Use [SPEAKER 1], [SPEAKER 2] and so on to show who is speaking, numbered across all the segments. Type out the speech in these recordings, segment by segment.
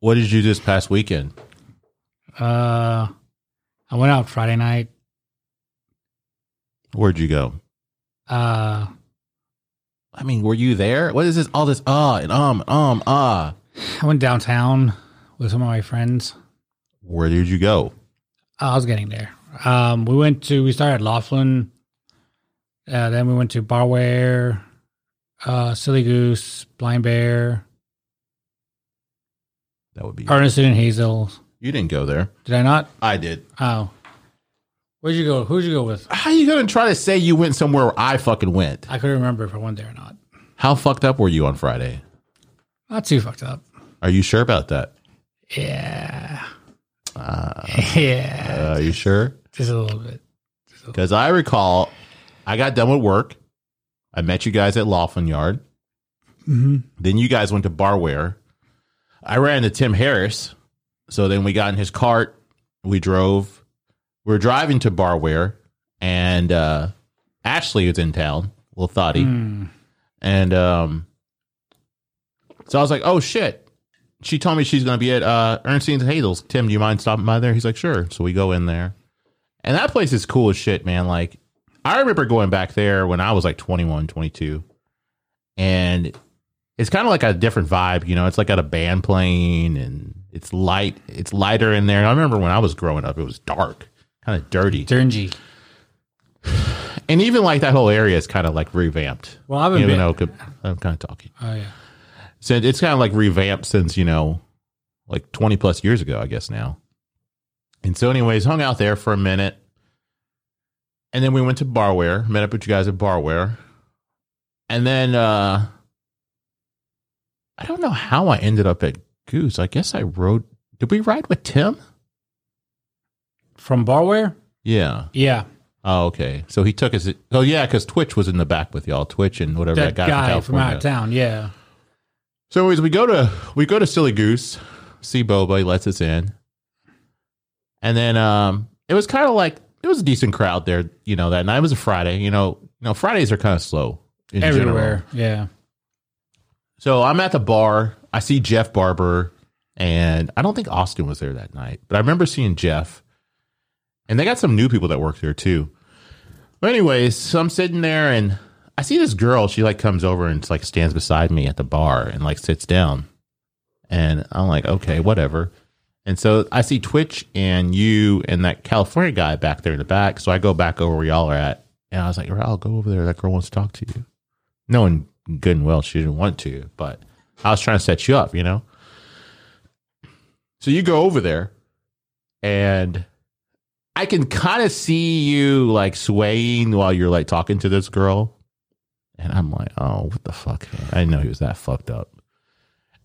[SPEAKER 1] What did you do this past weekend?
[SPEAKER 2] Uh, I went out Friday night.
[SPEAKER 1] Where'd you go?
[SPEAKER 2] Uh,
[SPEAKER 1] I mean, were you there? What is this? All this ah and um um ah.
[SPEAKER 2] I went downtown with some of my friends. Uh,
[SPEAKER 1] Where did you go?
[SPEAKER 2] I was getting there. Um, we went to we started at Laughlin, uh, then we went to Barware, uh, Silly Goose, Blind Bear,
[SPEAKER 1] That would be.
[SPEAKER 2] Ernestine and Hazel.
[SPEAKER 1] You didn't go there.
[SPEAKER 2] Did I not?
[SPEAKER 1] I did.
[SPEAKER 2] Oh, where'd you go? Who'd you go with?
[SPEAKER 1] How you gonna try to say you went somewhere where I fucking went?
[SPEAKER 2] I couldn't remember if I went there or not.
[SPEAKER 1] How fucked up were you on Friday?
[SPEAKER 2] Not too fucked up.
[SPEAKER 1] Are you sure about that?
[SPEAKER 2] Yeah. yeah.
[SPEAKER 1] Uh, are you sure?
[SPEAKER 2] Just a little bit.
[SPEAKER 1] Because I recall, I got done with work. I met you guys at Laughlin Yard.
[SPEAKER 2] Mm-hmm.
[SPEAKER 1] Then you guys went to Barware. I ran to Tim Harris. So then we got in his cart. We drove. We were driving to Barware, and uh, Ashley was in town, little thotty.
[SPEAKER 2] Hmm.
[SPEAKER 1] And um, so I was like, oh shit. She told me she's going to be at uh, Ernestine's and Hazel's. Tim, do you mind stopping by there? He's like, sure. So we go in there. And that place is cool as shit, man. Like, I remember going back there when I was like 21, 22. And it's kind of like a different vibe, you know? It's like got a band playing and it's light. It's lighter in there. And I remember when I was growing up, it was dark, kind of dirty.
[SPEAKER 2] Durnji.
[SPEAKER 1] And even like that whole area is kind of like revamped.
[SPEAKER 2] Well, I haven't
[SPEAKER 1] Even
[SPEAKER 2] been.
[SPEAKER 1] though I'm kind of talking.
[SPEAKER 2] Oh yeah.
[SPEAKER 1] So it's kind of like revamped since, you know, like 20 plus years ago, I guess now. And so, anyways, hung out there for a minute. And then we went to Barware, met up with you guys at Barware. And then uh I don't know how I ended up at Goose. I guess I rode. Did we ride with Tim?
[SPEAKER 2] From Barware?
[SPEAKER 1] Yeah.
[SPEAKER 2] Yeah.
[SPEAKER 1] Oh, okay. So he took us. Oh, yeah, because Twitch was in the back with y'all. Twitch and whatever
[SPEAKER 2] That
[SPEAKER 1] that,
[SPEAKER 2] guy, from uh, out of town. Yeah.
[SPEAKER 1] So anyways, we go to we go to Silly Goose, see Boba, he lets us in. And then um it was kind of like it was a decent crowd there, you know, that night. It was a Friday, you know. You know, Fridays are kind of slow in general.
[SPEAKER 2] Everywhere. Yeah.
[SPEAKER 1] So I'm at the bar. I see Jeff Barber, and I don't think Austin was there that night, but I remember seeing Jeff. And they got some new people that work there too. But anyways, so I'm sitting there and I see this girl. She like comes over and like stands beside me at the bar and like sits down. And I'm like, okay, whatever. And so I see Twitch and you and that California guy back there in the back. So I go back over where y'all are at. And I was like, I'll go over there. That girl wants to talk to you knowing good and well she didn't want to, but I was trying to set you up, you know? So you go over there and I can kind of see you like swaying while you're like talking to this girl. And I'm like, oh, what the fuck? Man? I didn't know he was that fucked up.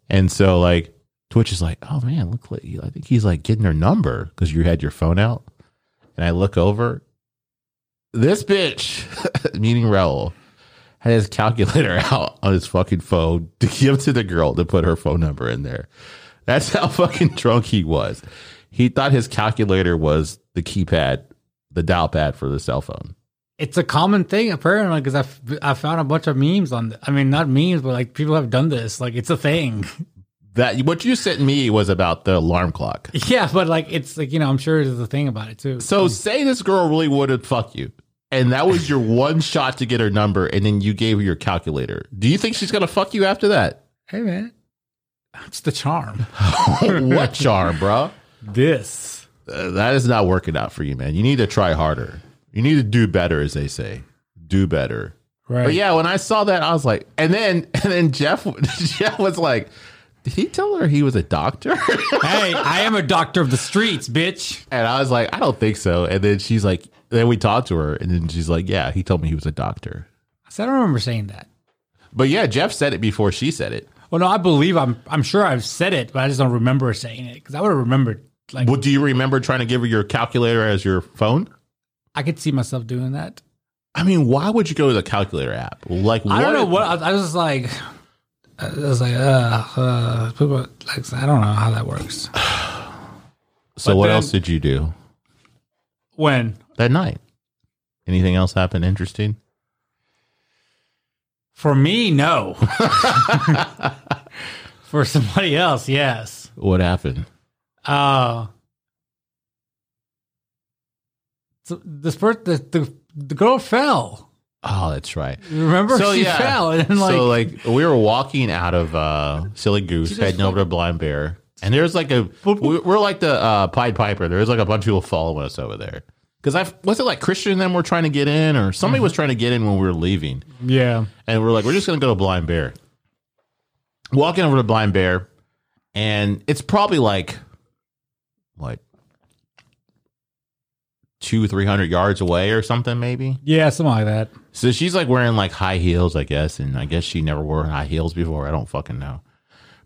[SPEAKER 1] And so like Twitch is like, oh man, look like I think he's like getting her number because you had your phone out. And I look over. This bitch, meaning Raul, had his calculator out on his fucking phone to give to the girl to put her phone number in there. That's how fucking drunk he was. He thought his calculator was the keypad, the dial pad for the cell phone.
[SPEAKER 2] It's a common thing apparently because I, f- I found a bunch of memes on. th- I mean, not memes, but like people have done this. Like it's a thing.
[SPEAKER 1] That what you sent me was about the alarm clock.
[SPEAKER 2] yeah, but like it's like you know I'm sure there's a thing about it too.
[SPEAKER 1] So say this girl really would have fucked you, and that was your one shot to get her number, and then you gave her your calculator. Do you think she's gonna fuck you after that?
[SPEAKER 2] hey man, it's the charm.
[SPEAKER 1] what charm, bro?
[SPEAKER 2] this.
[SPEAKER 1] Uh, that is not working out for you, man. You need to try harder. You need to do better, as they say. Do better.
[SPEAKER 2] Right.
[SPEAKER 1] But yeah, when I saw that, I was like, and then and then Jeff Jeff was like, did he tell her he was a doctor?
[SPEAKER 2] hey, I am a doctor of the streets, bitch.
[SPEAKER 1] and I was like, I don't think so. And then she's like, then we talked to her, and then she's like, yeah, he told me he was a doctor.
[SPEAKER 2] I said I don't remember saying that.
[SPEAKER 1] But yeah, Jeff said it before she said it.
[SPEAKER 2] Well, no, I believe I'm. I'm sure I've said it, but I just don't remember saying it because I would have remembered. Like
[SPEAKER 1] Well, do you remember trying to give her your calculator as your phone?
[SPEAKER 2] I could see myself doing that.
[SPEAKER 1] I mean, why would you go to the calculator app? Like,
[SPEAKER 2] I don't know what I, I was just like. I was like, uh, uh, people, like, I don't know how that works.
[SPEAKER 1] So,
[SPEAKER 2] But
[SPEAKER 1] what
[SPEAKER 2] then-
[SPEAKER 1] else did you do
[SPEAKER 2] When
[SPEAKER 1] that night? Anything else happened interesting?
[SPEAKER 2] for me, no. for somebody else, yes.
[SPEAKER 1] What happened?
[SPEAKER 2] Uh, so this person, the, the the girl fell.
[SPEAKER 1] Oh, that's right.
[SPEAKER 2] Remember,
[SPEAKER 1] So,
[SPEAKER 2] she
[SPEAKER 1] yeah.
[SPEAKER 2] fell, and then, like,
[SPEAKER 1] so like we were walking out of uh Silly Goose,
[SPEAKER 2] just
[SPEAKER 1] heading over to Blind Bear, and there's like a
[SPEAKER 2] Boop, boop.
[SPEAKER 1] we- we're like the uh Pied Piper. There's like a bunch of people following us over there. Because I was it like Christian and them were trying to get in, or somebody
[SPEAKER 2] Mm-hmm.
[SPEAKER 1] was trying to get in when we were leaving,
[SPEAKER 2] yeah,
[SPEAKER 1] and we're like, we're just gonna go to Blind Bear. Walking over to Blind Bear, and it's probably like like two three hundred yards away or something, maybe.
[SPEAKER 2] yeah, something like that.
[SPEAKER 1] So she's like wearing like high heels, I guess, and I guess she never wore high heels before. I don't fucking know.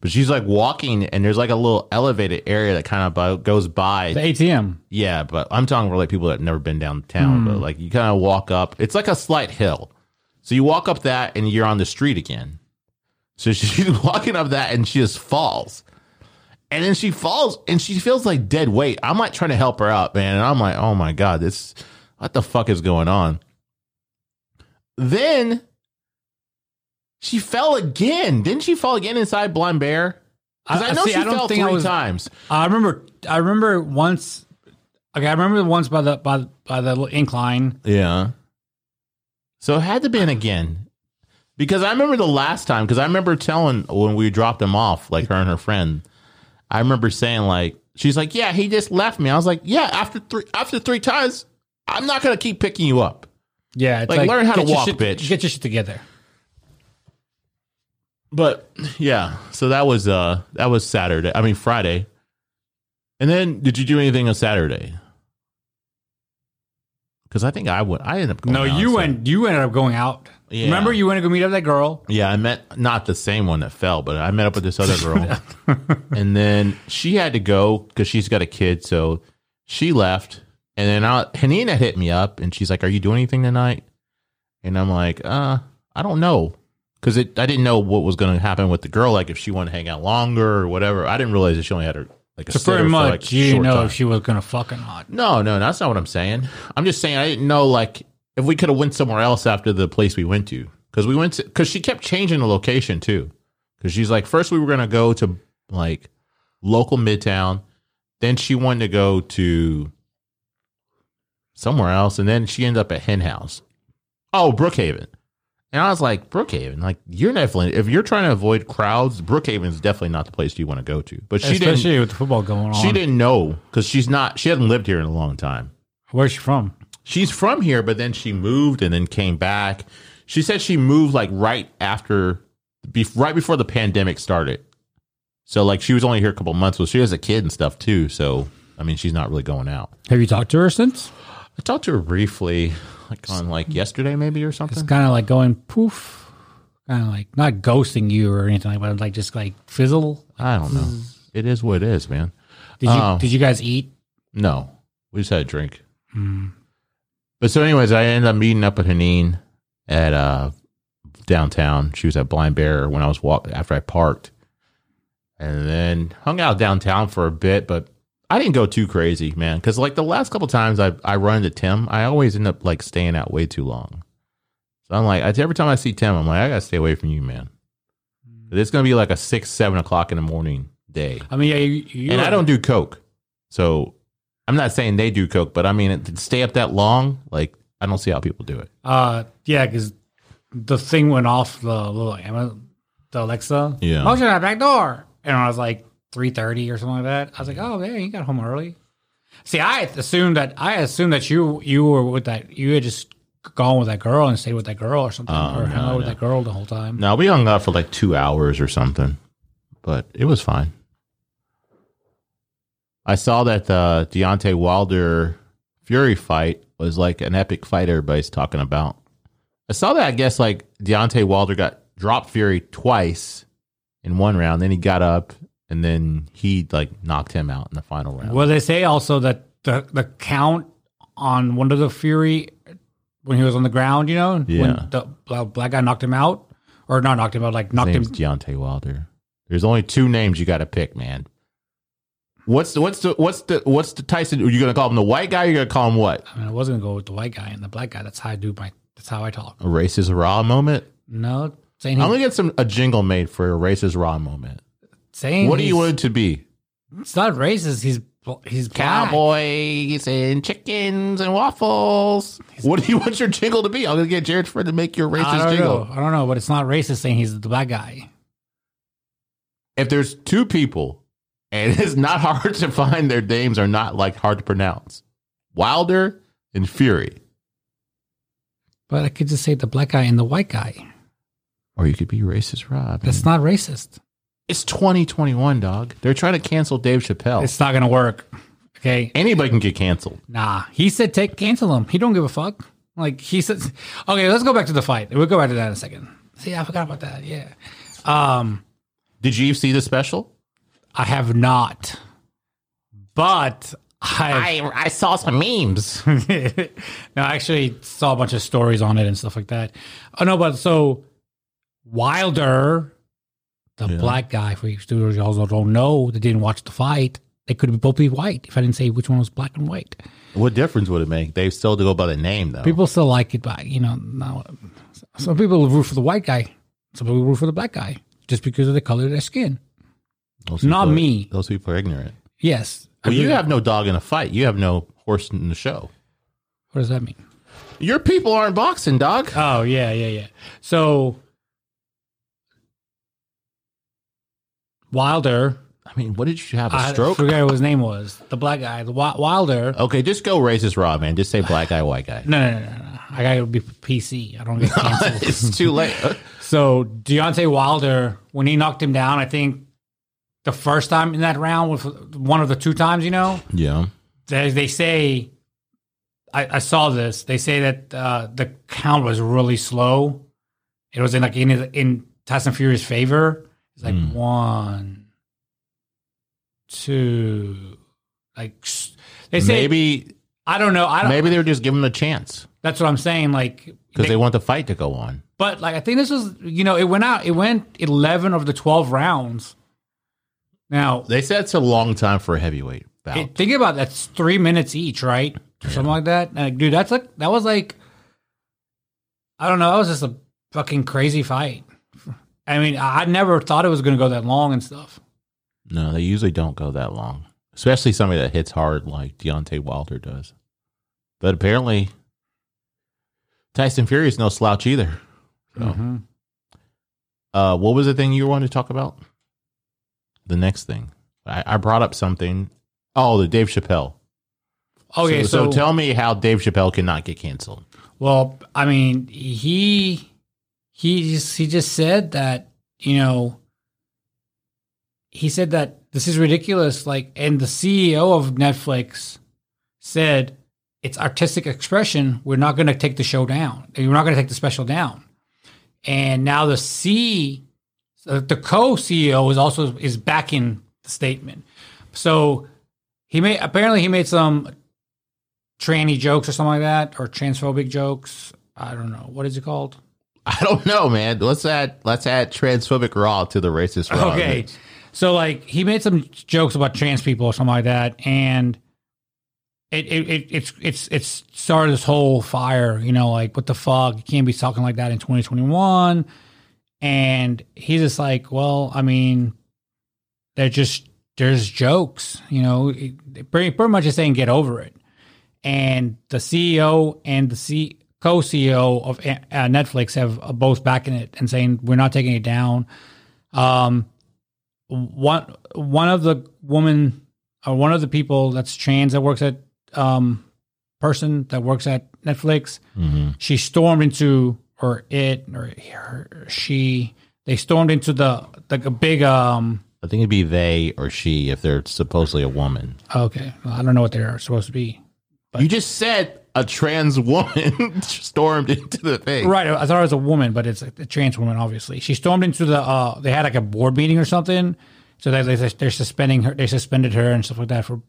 [SPEAKER 1] But she's like walking, and there's like a little elevated area that kind of bo- goes by.
[SPEAKER 2] The ATM.
[SPEAKER 1] yeah, but I'm talking for like people that have never been downtown.
[SPEAKER 2] Hmm.
[SPEAKER 1] But like you kind of walk up, it's like a slight hill. So you walk up that, and you're on the street again. So she's walking up that, and she just falls. And then she falls, and she feels like dead weight. I'm like trying to help her out, man, and I'm like, oh my god, this, what the fuck is going on? Then she fell again. Didn't she fall again inside Blind Bear? Because I, know
[SPEAKER 2] see,
[SPEAKER 1] she fell three
[SPEAKER 2] I was.
[SPEAKER 1] times.
[SPEAKER 2] I remember. I remember once. Okay, I remember once by the by by the little incline.
[SPEAKER 1] Yeah. So it had to been again. Because I remember the last time, because I remember telling when we dropped him off, like her and her friend, I remember saying like she's like, Yeah, he just left me. I was like, Yeah, after three after three times, I'm not gonna keep picking you up.
[SPEAKER 2] Yeah, it's
[SPEAKER 1] Like, learn how to
[SPEAKER 2] get your
[SPEAKER 1] walk,
[SPEAKER 2] shit-
[SPEAKER 1] bitch.
[SPEAKER 2] Get your shit together.
[SPEAKER 1] But yeah, so that was uh that was Saturday. I mean Friday. And then did you do anything on Saturday? Because I think I would I ended up going
[SPEAKER 2] No,
[SPEAKER 1] out,
[SPEAKER 2] you
[SPEAKER 1] so-
[SPEAKER 2] went. You ended up going out.
[SPEAKER 1] Yeah.
[SPEAKER 2] Remember, you went to go meet up that girl.
[SPEAKER 1] Yeah, I met not the same one that fell, but I met up with this other girl. and then she had to go because she's got a kid. So she left. And then I, Hanina hit me up and she's like, Are you doing anything tonight? And I'm like, Uh, I don't know. Because I didn't know what was going to happen with the girl. Like, if she wanted to hang out longer or whatever. I didn't realize that she only had her, like, a
[SPEAKER 2] So
[SPEAKER 1] sitter
[SPEAKER 2] pretty
[SPEAKER 1] for,
[SPEAKER 2] much,
[SPEAKER 1] like,
[SPEAKER 2] you
[SPEAKER 1] short
[SPEAKER 2] didn't know
[SPEAKER 1] time.
[SPEAKER 2] if she was gonna fucking not.
[SPEAKER 1] No, no, that's not what I'm saying. I'm just saying I didn't know like if we could have went somewhere else after the place we went to because we went to because she kept changing the location too because she's like first we were gonna go to like local midtown, then she wanted to go to somewhere else, and then she ended up at Hen House. Oh, Brookhaven. And I was like, Brookhaven, like you're definitely if you're trying to avoid crowds, Brookhaven is definitely not the place you want to go to. But she didn't
[SPEAKER 2] Especially with the football going on.
[SPEAKER 1] she didn't know because she's not. She hadn't lived here in a long time.
[SPEAKER 2] Where's she from?
[SPEAKER 1] She's from here, but then she moved and then came back. She said she moved like right after, be, right before the pandemic started. So like she was only here a couple months. Well, she has a kid and stuff too. So I mean, she's not really going out.
[SPEAKER 2] Have you talked to her since?
[SPEAKER 1] I talked to her briefly, like on like yesterday maybe or
[SPEAKER 2] It's
[SPEAKER 1] something.
[SPEAKER 2] kind of like going poof, kind of like not ghosting you or anything like, but like just like fizzle.
[SPEAKER 1] I don't know. It is what it is, man.
[SPEAKER 2] Did you
[SPEAKER 1] Oh.
[SPEAKER 2] did you guys eat?
[SPEAKER 1] No, we just had a drink. But so, anyways, I ended up meeting up with Hanine at uh, downtown. She was at Blind Bear when I was walk after I parked, and then hung out downtown for a bit. But I didn't go too crazy, man, because like the last couple times I I run into Tim, I always end up like staying out way too long. So I'm like, I- every time I see Tim, I'm like, I gotta stay away from you, man. It's gonna be like a six, seven o'clock in the morning day
[SPEAKER 2] I mean, yeah, you, you
[SPEAKER 1] and
[SPEAKER 2] were-
[SPEAKER 1] I don't do coke, so I'm not saying they do coke, but I mean it- to stay up that long, like I don't see how people do it.
[SPEAKER 2] Uh, yeah, because the thing went off the little Amazon, the Alexa.
[SPEAKER 1] Yeah.
[SPEAKER 2] Motion at back door, and I was like three thirty or something like that. I was like, oh yeah, you got home early. See, I assumed that I assumed that you you were with that you had just gone with that girl and stayed with that girl or something
[SPEAKER 1] Oh,
[SPEAKER 2] or hung
[SPEAKER 1] no,
[SPEAKER 2] out with
[SPEAKER 1] no.
[SPEAKER 2] that girl the whole time.
[SPEAKER 1] No, we hung out for like two hours or something, but it was fine. I saw that the Deontay Wilder Fury fight was like an epic fight everybody's talking about. I saw that I guess like Deontay Wilder got dropped Fury twice in one round, then he got up and then he like knocked him out in the final round.
[SPEAKER 2] Well, they say also that the the count on one of the Fury when he was on the ground, you know,
[SPEAKER 1] Yeah.
[SPEAKER 2] when the bla- black guy knocked him out, or not knocked him out, like knocked
[SPEAKER 1] His
[SPEAKER 2] him.
[SPEAKER 1] name's Deontay Wilder. There's only two names you got to pick, man. What's the what's the what's the what's the Tyson? Are you gonna call him the white guy? Or you're gonna call him what?
[SPEAKER 2] I mean, I was gonna go with the white guy and the black guy. That's how I do my. That's how I talk.
[SPEAKER 1] A racist raw moment.
[SPEAKER 2] No, saying
[SPEAKER 1] I'm
[SPEAKER 2] he's,
[SPEAKER 1] gonna get some a jingle made for a racist raw moment.
[SPEAKER 2] saying
[SPEAKER 1] What do you
[SPEAKER 2] he's-
[SPEAKER 1] want it to be?
[SPEAKER 2] It's not racist. He's bl- he's black.
[SPEAKER 1] Cowboys and chickens and waffles. What do you want your jingle to be? I'm gonna get Jared Fred to make your
[SPEAKER 2] I
[SPEAKER 1] racist
[SPEAKER 2] don't
[SPEAKER 1] jingle.
[SPEAKER 2] know. I don't know, but it's not racist saying he's the black guy.
[SPEAKER 1] If there's two people and it's not hard to find, their names are not like hard to pronounce. Wilder and Fury.
[SPEAKER 2] But I could just say the black guy and the white guy.
[SPEAKER 1] Or you could be racist Rob.
[SPEAKER 2] That's not racist.
[SPEAKER 1] It's 2021, dog. They're trying to cancel Dave Chappelle.
[SPEAKER 2] It's not gonna work. Okay.
[SPEAKER 1] Anybody can get canceled.
[SPEAKER 2] Nah. He said take cancel him. He don't give a fuck. Like he says Okay, let's go back to the fight. We'll go back to that in a second. See, I forgot about that. Yeah. Um
[SPEAKER 1] Did you see the special?
[SPEAKER 2] I have not. But I,
[SPEAKER 1] I saw some memes.
[SPEAKER 2] no, I actually saw a bunch of stories on it and stuff like that. Oh no, but so Wilder, the
[SPEAKER 1] Yeah.
[SPEAKER 2] black guy for you studios you also don't know that didn't watch the fight. They could both be white if I didn't say which one was black and white.
[SPEAKER 1] What difference would it make? They still had to go by the name though.
[SPEAKER 2] People still like it, but you know, now some people root for the white guy, some people root for the black guy just because of the color of their skin.
[SPEAKER 1] Those
[SPEAKER 2] not
[SPEAKER 1] people are-
[SPEAKER 2] me.
[SPEAKER 1] Those people are ignorant.
[SPEAKER 2] Yes. I
[SPEAKER 1] Well, you
[SPEAKER 2] agree.
[SPEAKER 1] have no dog in a fight. You have no horse in the show.
[SPEAKER 2] what does that mean?
[SPEAKER 1] Your people aren't boxing, dog.
[SPEAKER 2] Oh yeah, yeah, yeah. So Wilder,
[SPEAKER 1] I mean, what did you have? A
[SPEAKER 2] I
[SPEAKER 1] stroke? Oh.
[SPEAKER 2] forget what his name was. The black guy, the Wi- Wilder.
[SPEAKER 1] Okay, just go racist raw, man. Just say black guy, white guy.
[SPEAKER 2] No, no, no, no, no. I gotta be PC. I don't get canceled.
[SPEAKER 1] it's too late. Uh,
[SPEAKER 2] so Deontay Wilder, when he knocked him down, I think the first time in that round was one of the two times. You know,
[SPEAKER 1] yeah.
[SPEAKER 2] they, they say. I, I saw this. They say that uh, the count was really slow. It was in like in his- in Tyson Fury's favor. It's like
[SPEAKER 1] Mm.
[SPEAKER 2] one, two, like s- they say.
[SPEAKER 1] Maybe
[SPEAKER 2] I don't know. I don't,
[SPEAKER 1] maybe they were just giving him a chance
[SPEAKER 2] That's what I'm saying. Like,
[SPEAKER 1] because
[SPEAKER 2] they-
[SPEAKER 1] they want the fight to go on.
[SPEAKER 2] but like I think this was you know it went out. It went eleven of the twelve rounds. Now
[SPEAKER 1] They said it's a long time for a heavyweight bout.
[SPEAKER 2] it- think about it, that's three minutes each, right? Or Something like that. Like, dude, that's like that was like I don't know. That was just a fucking crazy fight. I mean, I I never thought it was going to go that long and stuff.
[SPEAKER 1] no, they usually don't go that long, especially somebody that hits hard like Deontay Wilder does. But apparently, Tyson Fury is no slouch either. So,
[SPEAKER 2] Mhm.
[SPEAKER 1] uh, what was the thing you wanted to talk about? The next thing I, I brought up something. Oh, the Dave Chappelle.
[SPEAKER 2] Okay,
[SPEAKER 1] so, so
[SPEAKER 2] so,
[SPEAKER 1] tell me how Dave Chappelle cannot get canceled.
[SPEAKER 2] Well, I mean, he he just, he just said that you know he said that this is ridiculous. Like, and the CEO of Netflix said it's artistic expression. We're not going to take the show down. We're not going to take the special down. And now the C, uh, the co CEO is also is backing the statement. So he made apparently he made some tranny jokes or something like that, or transphobic jokes. I don't know what is it called.
[SPEAKER 1] I don't know, man. Let's add let's add transphobic raw to the racist raw.
[SPEAKER 2] Okay, so like he made some jokes about trans people or something like that, and it it, it it's it's it's started this whole fire. You know, like what the fuck? You can't be talking like that in 2021. And he's just like, well, I mean, they're just there's jokes. You know, It- pretty pretty much is saying get over it. and the CEO and the C- co-CEO of uh, Netflix have uh, both backing it and saying we're not taking it down. Um, one one of the woman or one of the people that's trans that works at um, person that works at Netflix,
[SPEAKER 1] Mhm.
[SPEAKER 2] she stormed into or it or her, she they stormed into the like a big um
[SPEAKER 1] I think it'd be they or she if they're supposedly a woman.
[SPEAKER 2] okay I don't know what they're supposed to be
[SPEAKER 1] you just said a trans woman stormed into the thing.
[SPEAKER 2] Right. I thought it was a woman, but it's a, a trans woman, obviously. She stormed into the. Uh, they had like a board meeting or something, so they, they they're suspending her. They suspended her and stuff like that for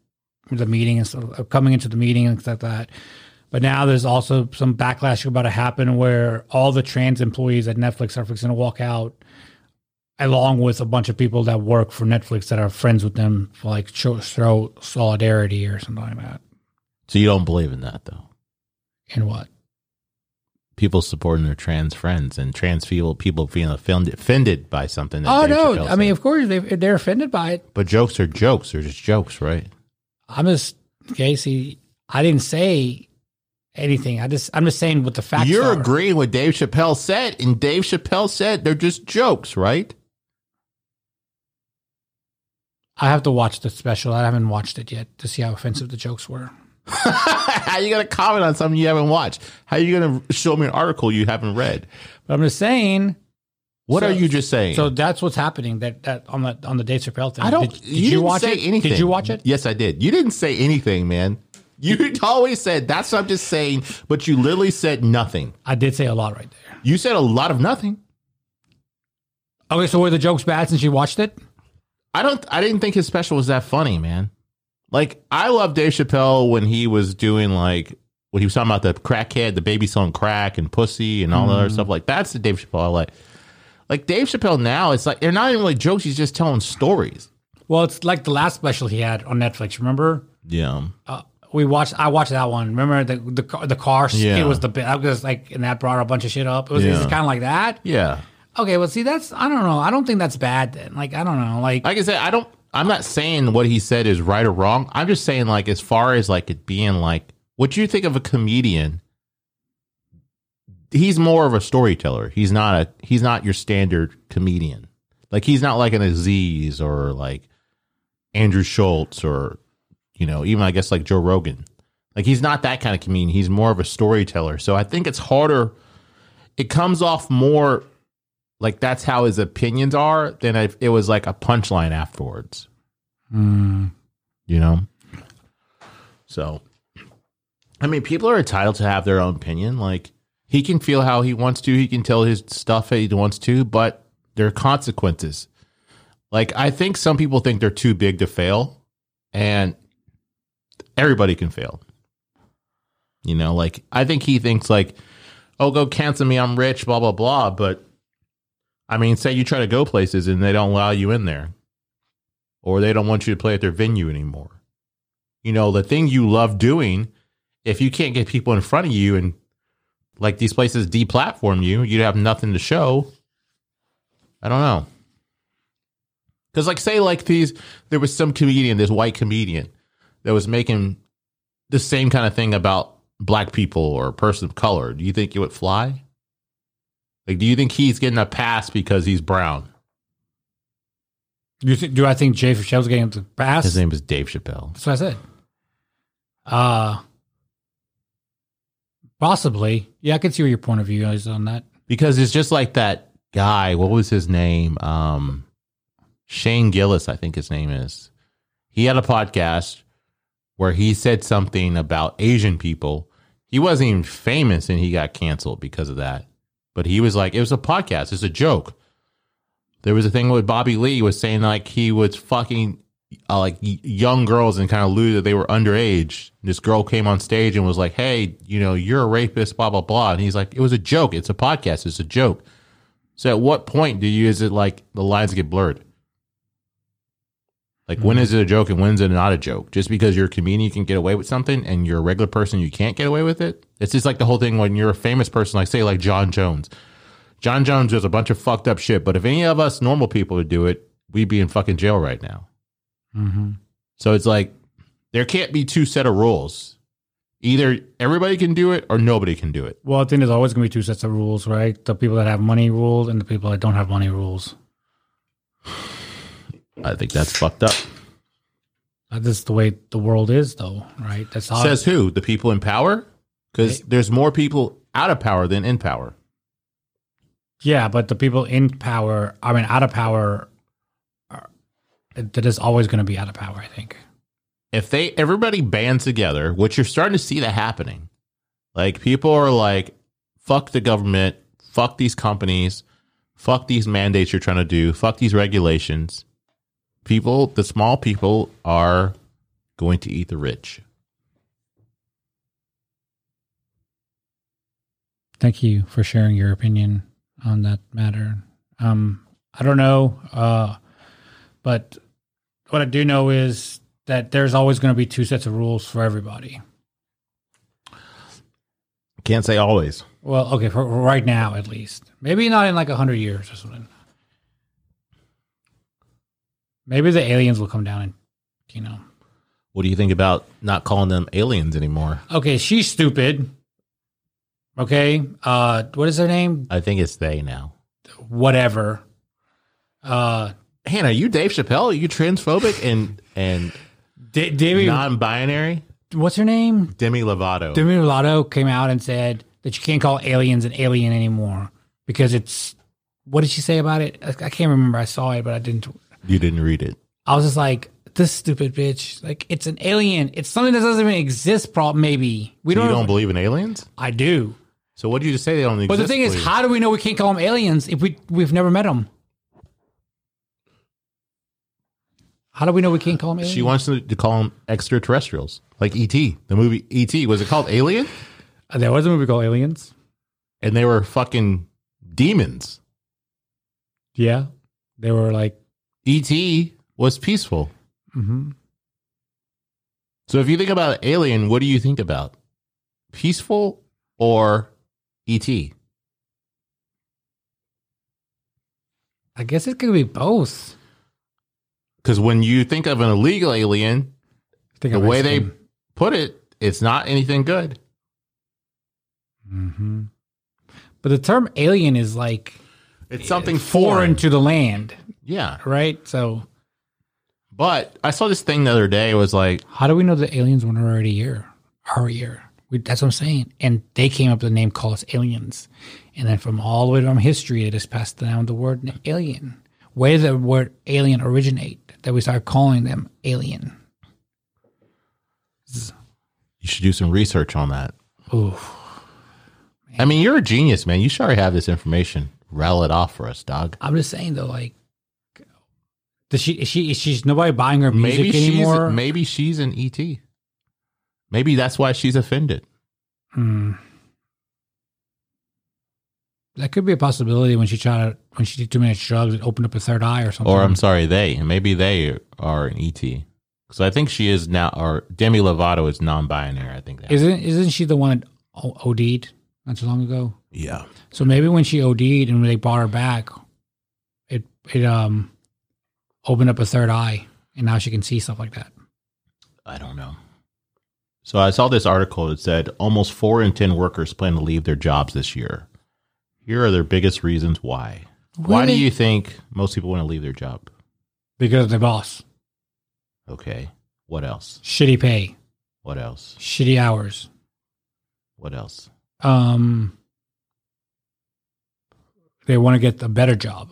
[SPEAKER 2] the meeting and stuff, uh, coming into the meeting and stuff like that. But now there's also some backlash about to happen where all the trans employees at Netflix are fixing to walk out, along with a bunch of people that work for Netflix that are friends with them, for like show, show solidarity or something like that.
[SPEAKER 1] So you don't believe in that though.
[SPEAKER 2] And what?
[SPEAKER 1] people supporting their trans friends and trans people people feeling offended, offended by something. That
[SPEAKER 2] Oh
[SPEAKER 1] Dave
[SPEAKER 2] no!
[SPEAKER 1] Chappelle
[SPEAKER 2] I mean,
[SPEAKER 1] said.
[SPEAKER 2] of course they they're offended by it.
[SPEAKER 1] but jokes are jokes. They're just jokes, right?
[SPEAKER 2] I'm just Casey. I didn't say anything. I just I'm just saying what the facts.
[SPEAKER 1] You're
[SPEAKER 2] are.
[SPEAKER 1] agreeing with Dave Chappelle said, and Dave Chappelle said they're just jokes, right?
[SPEAKER 2] I have to watch the special. I haven't watched it yet to see how offensive the jokes were.
[SPEAKER 1] How you gonna comment on something you haven't watched? How you gonna show me an article you haven't read?
[SPEAKER 2] But I'm just saying.
[SPEAKER 1] What
[SPEAKER 2] So-
[SPEAKER 1] are you just saying?
[SPEAKER 2] So that's what's happening. That that on the on the Dave Chappelle thing.
[SPEAKER 1] I don't.
[SPEAKER 2] Um, Did, did
[SPEAKER 1] you, didn't
[SPEAKER 2] watch
[SPEAKER 1] say
[SPEAKER 2] it?
[SPEAKER 1] anything.
[SPEAKER 2] Did you watch it?
[SPEAKER 1] Yes, I did. You didn't say anything, man. You always said that's what I'm just saying, but you literally said nothing.
[SPEAKER 2] I did say a lot right there.
[SPEAKER 1] You said a lot of nothing.
[SPEAKER 2] Okay, so were the jokes bad since you watched it?
[SPEAKER 1] I don't. I didn't think his special was that funny, man. Like I love Dave Chappelle when he was doing like when he was talking about the crackhead, the baby selling crack and pussy and all that
[SPEAKER 2] Mm-hmm.
[SPEAKER 1] other stuff. Like that's the Dave Chappelle I like. Like Dave Chappelle now, it's like they're not even really jokes. He's just telling stories.
[SPEAKER 2] Well, it's like the last special he had on Netflix. Remember?
[SPEAKER 1] Yeah.
[SPEAKER 2] Uh, we watched. I watched that one. Remember the the car- the car?
[SPEAKER 1] Yeah.
[SPEAKER 2] It was the bit. I was like, and that brought a bunch of shit up. It was,
[SPEAKER 1] Yeah.
[SPEAKER 2] kind of like that.
[SPEAKER 1] Yeah.
[SPEAKER 2] Okay, well, see, that's I don't know. I don't think that's bad. Then, like, I don't know. Like,
[SPEAKER 1] Like I said, I don't. I'm not saying what he said is right or wrong. I'm just saying like as far as like it being like what you think of a comedian. He's more of a storyteller. He's not a he's not your standard comedian. Like he's not like an Aziz or like Andrew Schultz or you know even I guess like Joe Rogan. Like he's not that kind of comedian. He's more of a storyteller. So I think it's harder. It comes off more like that's how his opinions are then if it was like a punchline afterwards you know so i mean people are entitled to have their own opinion like he can feel how he wants to he can tell his stuff how he wants to but there are consequences like i think some people think they're too big to fail and everybody can fail you know like i think he thinks like oh go cancel me i'm rich blah blah blah but I mean, say you try to go places and they don't allow you in there, or they don't want you to play at their venue anymore. You know, the thing you love doing, if you can't get people in front of you and like these places deplatform you, you'd have nothing to show. I don't know. Cause like say like these there was some comedian, this white comedian, that was making the same kind of thing about black people or a person of color. Do you think it would fly? Like, do you think he's getting a pass because he's brown?
[SPEAKER 2] do you think, do I think Jay Fischel's getting the pass?
[SPEAKER 1] His name is Dave Chappelle.
[SPEAKER 2] That's what I said. Uh possibly. Yeah, I can see where your point of view is on that.
[SPEAKER 1] Because it's just like that guy, what was his name? Um Shane Gillis, I think his name is. He had a podcast where he said something about Asian people. He wasn't even famous and he got canceled because of that. But he was like, it was a podcast, it's a joke. There was a thing with Bobby Lee was saying like he was fucking uh, like y- young girls and kind of alluded that they were underage. This girl came on stage and was like, "Hey, you know, you're a rapist," blah blah blah. And he's like, "It was a joke. It's a podcast. It's a joke." So at what point do you is it like the lines get blurred? Like when is it a joke and when's it not a joke? Just because you're a comedian, you can get away with something, and you're a regular person, you can't get away with it. It's just like the whole thing when you're a famous person, like say like John Jones. John Jones does a bunch of fucked up shit, but if any of us normal people would do it, we'd be in fucking jail right now.
[SPEAKER 2] Mm-hmm.
[SPEAKER 1] So it's like there can't be two set of rules. Either everybody can do it or nobody can do it.
[SPEAKER 2] Well, I think there's always gonna be two sets of rules, right? The people that have money rules and the people that don't have money rules.
[SPEAKER 1] I think that's fucked up.
[SPEAKER 2] Uh, That's the way the world is though, right? That's how
[SPEAKER 1] Says who? The people in power? Because there's more people out of power than in power.
[SPEAKER 2] Yeah, but the people in power I mean out of power are that is always gonna be out of power, I think.
[SPEAKER 1] If they everybody bands together, which you're starting to see that happening, like people are like, fuck the government, fuck these companies, fuck these mandates you're trying to do, fuck these regulations. People, the small people are going to eat the rich.
[SPEAKER 2] Thank you for sharing your opinion on that matter. Um, I don't know, uh, but what I do know is that there's always going to be two sets of rules for everybody.
[SPEAKER 1] Can't say always.
[SPEAKER 2] Well, okay, for right now at least. Maybe not in like a hundred years or something. Maybe the aliens will come down and, you know.
[SPEAKER 1] What do you think about not calling them aliens anymore?
[SPEAKER 2] Okay, she's stupid. Okay, uh, what is her name?
[SPEAKER 1] I think it's they now.
[SPEAKER 2] Whatever. Uh,
[SPEAKER 1] Hannah, are you Dave Chappelle? Are you transphobic and and
[SPEAKER 2] D- Demi,
[SPEAKER 1] non-binary?
[SPEAKER 2] what's her name?
[SPEAKER 1] Demi Lovato.
[SPEAKER 2] Demi Lovato came out and said that you can't call aliens an alien anymore because it's. What did she say about it? I, I can't remember. I saw it, but I didn't.
[SPEAKER 1] you didn't read it.
[SPEAKER 2] I was just like, this stupid bitch. Like, it's an alien. It's something that doesn't even exist. Probably, maybe we
[SPEAKER 1] You
[SPEAKER 2] don't.
[SPEAKER 1] don't believe in aliens?
[SPEAKER 2] I do.
[SPEAKER 1] So what did you just say they don't exist?
[SPEAKER 2] But the thing is,
[SPEAKER 1] please?
[SPEAKER 2] how do we know we can't call them aliens if we we've never met them? How do we know we can't call them aliens?
[SPEAKER 1] she wants to, to call them extraterrestrials, like ET. The movie ET was it called Alien?
[SPEAKER 2] there was a movie called Aliens.
[SPEAKER 1] And they were fucking demons.
[SPEAKER 2] Yeah, they were like,
[SPEAKER 1] ET E was peaceful.
[SPEAKER 2] mhm.
[SPEAKER 1] So if you think about Alien, what do you think about? Peaceful or E ET?
[SPEAKER 2] I guess it could be both.
[SPEAKER 1] Because when you think of an illegal alien,
[SPEAKER 2] I think
[SPEAKER 1] the
[SPEAKER 2] I'm
[SPEAKER 1] way they
[SPEAKER 2] asking.
[SPEAKER 1] put it, it's not anything good.
[SPEAKER 2] Mhm. But the term alien is like
[SPEAKER 1] It's something
[SPEAKER 2] foreign
[SPEAKER 1] foreign.
[SPEAKER 2] to the land,
[SPEAKER 1] Yeah.
[SPEAKER 2] right? So
[SPEAKER 1] But I saw this thing the other day. It was like,
[SPEAKER 2] how do we know the aliens weren't already here? Our year. We, that's what I'm saying. And they came up with the name called us aliens. And then from all the way from history, they just passed down the word alien. Where did the word alien originate? That we started calling them alien.
[SPEAKER 1] you should do some research on that.
[SPEAKER 2] Ooh.
[SPEAKER 1] I mean, you're a genius, man. You should already have this information. Rattle it off for us, dog.
[SPEAKER 2] I'm just saying though, like, does she? Is she? Is she's nobody buying her music
[SPEAKER 1] Maybe she's
[SPEAKER 2] anymore?
[SPEAKER 1] maybe she's an ET. Maybe that's why she's offended.
[SPEAKER 2] Hmm. That could be a possibility when she tried to, when she did too many drugs, it opened up a third eye or something.
[SPEAKER 1] Or um, I'm sorry, they. And maybe they are an ET. Because I think she is now, or Demi Lovato is non-binary. I think that.
[SPEAKER 2] isn't isn't she the one that O- OD'd not so long ago?
[SPEAKER 1] yeah.
[SPEAKER 2] So maybe when she OD'd and they brought her back, it it um opened up a third eye, and now she can see stuff like that.
[SPEAKER 1] I don't know. So I saw this article that said almost four in 10 workers plan to leave their jobs this year. Here are their biggest reasons why. Why do
[SPEAKER 2] Really?
[SPEAKER 1] you think most people want to leave their job?
[SPEAKER 2] Because of the boss,
[SPEAKER 1] Okay. What else?
[SPEAKER 2] shitty pay,
[SPEAKER 1] What else?
[SPEAKER 2] shitty hours.
[SPEAKER 1] What else?
[SPEAKER 2] um, they want to get a better job.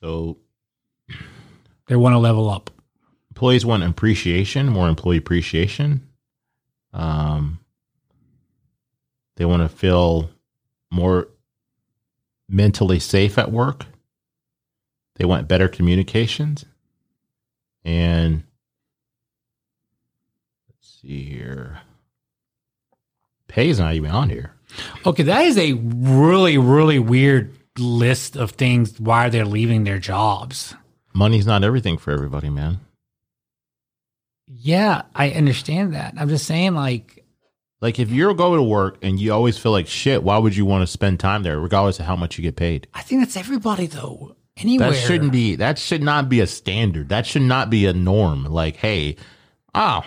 [SPEAKER 1] So
[SPEAKER 2] They want to level up.
[SPEAKER 1] employees want appreciation, more employee appreciation. Um, they want to feel more mentally safe at work. They want better communications. And let's see here. Pay's not even on here.
[SPEAKER 2] Okay, that is a really, really weird list of things why they're leaving their jobs.
[SPEAKER 1] Money's not everything for everybody, man.
[SPEAKER 2] Yeah, I understand that. I'm just saying, like,
[SPEAKER 1] Like if you're going to work and you always feel like shit, why would you want to spend time there, regardless of how much you get paid?
[SPEAKER 2] I think that's everybody though. Anywhere
[SPEAKER 1] That shouldn't be. That should not be a standard. That should not be a norm. Like, hey, ah,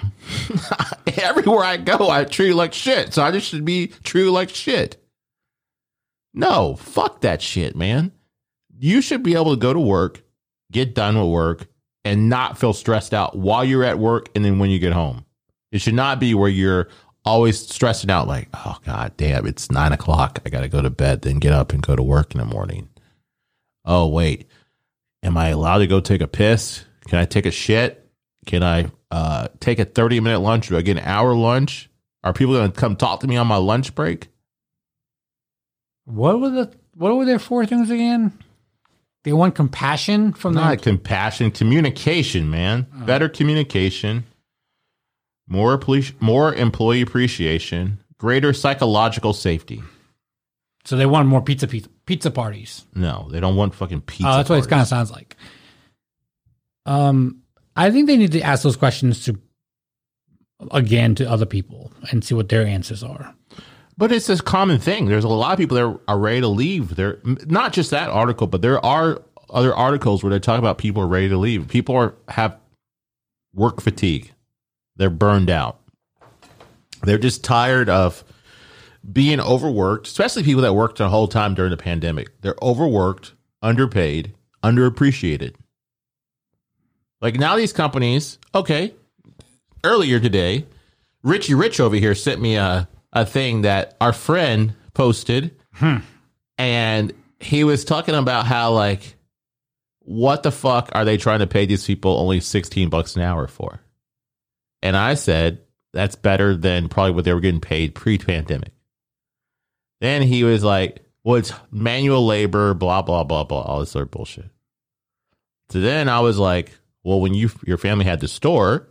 [SPEAKER 1] everywhere I go, I treat you like shit. So I just should be true like shit. No, fuck that shit, man. You should be able to go to work, get done with work, and not feel stressed out while you're at work, and then when you get home. It should not be where you're always stressing out, like, oh god damn, it's nine o'clock. I gotta go to bed, then get up and go to work in the morning. Oh wait, am I allowed to go take a piss? Can I take a shit? Can I uh, take a 30 minute lunch? Do I get an hour lunch? Are people going to come talk to me on my lunch break?
[SPEAKER 2] What were the what were their four things again? They want compassion from the
[SPEAKER 1] Not compassion, communication, man. Better communication, more, appre- more employee appreciation, greater psychological safety.
[SPEAKER 2] so they want more pizza pizza, pizza parties.
[SPEAKER 1] No, they don't want fucking pizza.
[SPEAKER 2] Oh, that's what it kind of sounds like. Um, I think they need to ask those questions to again to other people and see what their answers are.
[SPEAKER 1] But it's a common thing. There's a lot of people that are ready to leave. There, not just that article, but there are other articles where they talk about people are ready to leave. People are have work fatigue. They're burned out. They're just tired of being overworked, especially people that worked the whole time during the pandemic. They're overworked, underpaid, underappreciated. Like now, these companies. Okay, earlier today, Richie Rich over here sent me a, a thing that our friend posted. And he was talking about how, like, what the fuck are they trying to pay these people only 16 bucks an hour for? And I said, that's better than probably what they were getting paid pre pandemic. Then he was like, well, it's manual labor, blah, blah, blah, blah, all this sort of bullshit. So then I was like, well, when you your family had the store,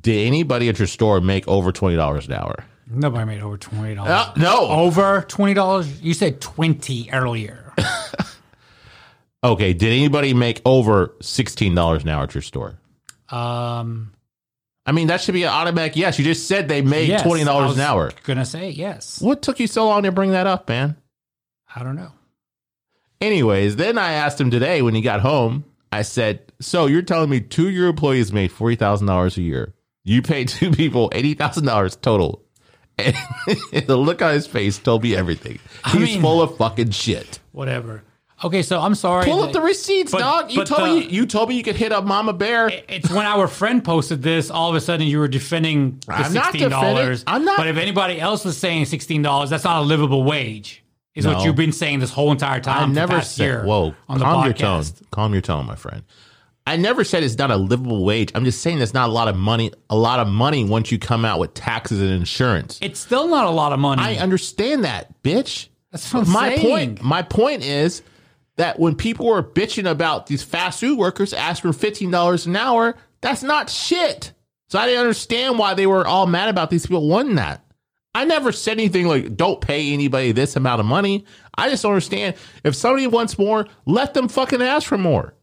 [SPEAKER 1] did anybody at your store make over twenty dollars an hour?
[SPEAKER 2] Nobody made over twenty dollars.
[SPEAKER 1] Uh, no.
[SPEAKER 2] Over twenty dollars? You said twenty earlier. Oh.
[SPEAKER 1] Okay. Did anybody make over sixteen dollars an hour at your store?
[SPEAKER 2] Um,
[SPEAKER 1] I mean, that should be an automatic yes. You just said they made
[SPEAKER 2] yes,
[SPEAKER 1] twenty
[SPEAKER 2] I
[SPEAKER 1] dollars
[SPEAKER 2] was
[SPEAKER 1] an hour.
[SPEAKER 2] Gonna say yes.
[SPEAKER 1] What took you so long to bring that up, man?
[SPEAKER 2] I don't know.
[SPEAKER 1] Anyways, then I asked him today when he got home. I said, "So you're telling me two of your employees made forty thousand dollars a year? You paid two people eighty thousand dollars total?" And the look on his face told me everything. He's
[SPEAKER 2] mean-
[SPEAKER 1] full of fucking shit.
[SPEAKER 2] Whatever. Okay, so I'm sorry.
[SPEAKER 1] Pull up
[SPEAKER 2] that-
[SPEAKER 1] the receipts,
[SPEAKER 2] but-
[SPEAKER 1] dog. You
[SPEAKER 2] but
[SPEAKER 1] told me
[SPEAKER 2] the-
[SPEAKER 1] you told me you could hit up Mama Bear.
[SPEAKER 2] it's when our friend posted this. All of a sudden, you were defending the
[SPEAKER 1] I'm not
[SPEAKER 2] sixteen dollars.
[SPEAKER 1] defending- I'm not-
[SPEAKER 2] But if anybody else was saying sixteen dollars, that's not a livable wage. Is
[SPEAKER 1] No.
[SPEAKER 2] what you've been saying this whole entire
[SPEAKER 1] I
[SPEAKER 2] time. for the
[SPEAKER 1] never
[SPEAKER 2] past year
[SPEAKER 1] said. Whoa,
[SPEAKER 2] on the
[SPEAKER 1] calm
[SPEAKER 2] podcast.
[SPEAKER 1] your tone. Calm your tone, my friend. I never said it's not a livable wage. I'm just saying it's not a lot of money. A lot of money once you come out with taxes and insurance.
[SPEAKER 2] It's still not a lot of money.
[SPEAKER 1] I understand that, bitch.
[SPEAKER 2] That's what I'm
[SPEAKER 1] my
[SPEAKER 2] saying.
[SPEAKER 1] point. My point is that when people were bitching about these fast food workers asking for fifteen dollars an hour, that's not shit. So I didn't understand why they were all mad about these people wanting that. I never said anything like don't pay anybody this amount of money. I just don't understand. If somebody wants more, let them fucking ask for more.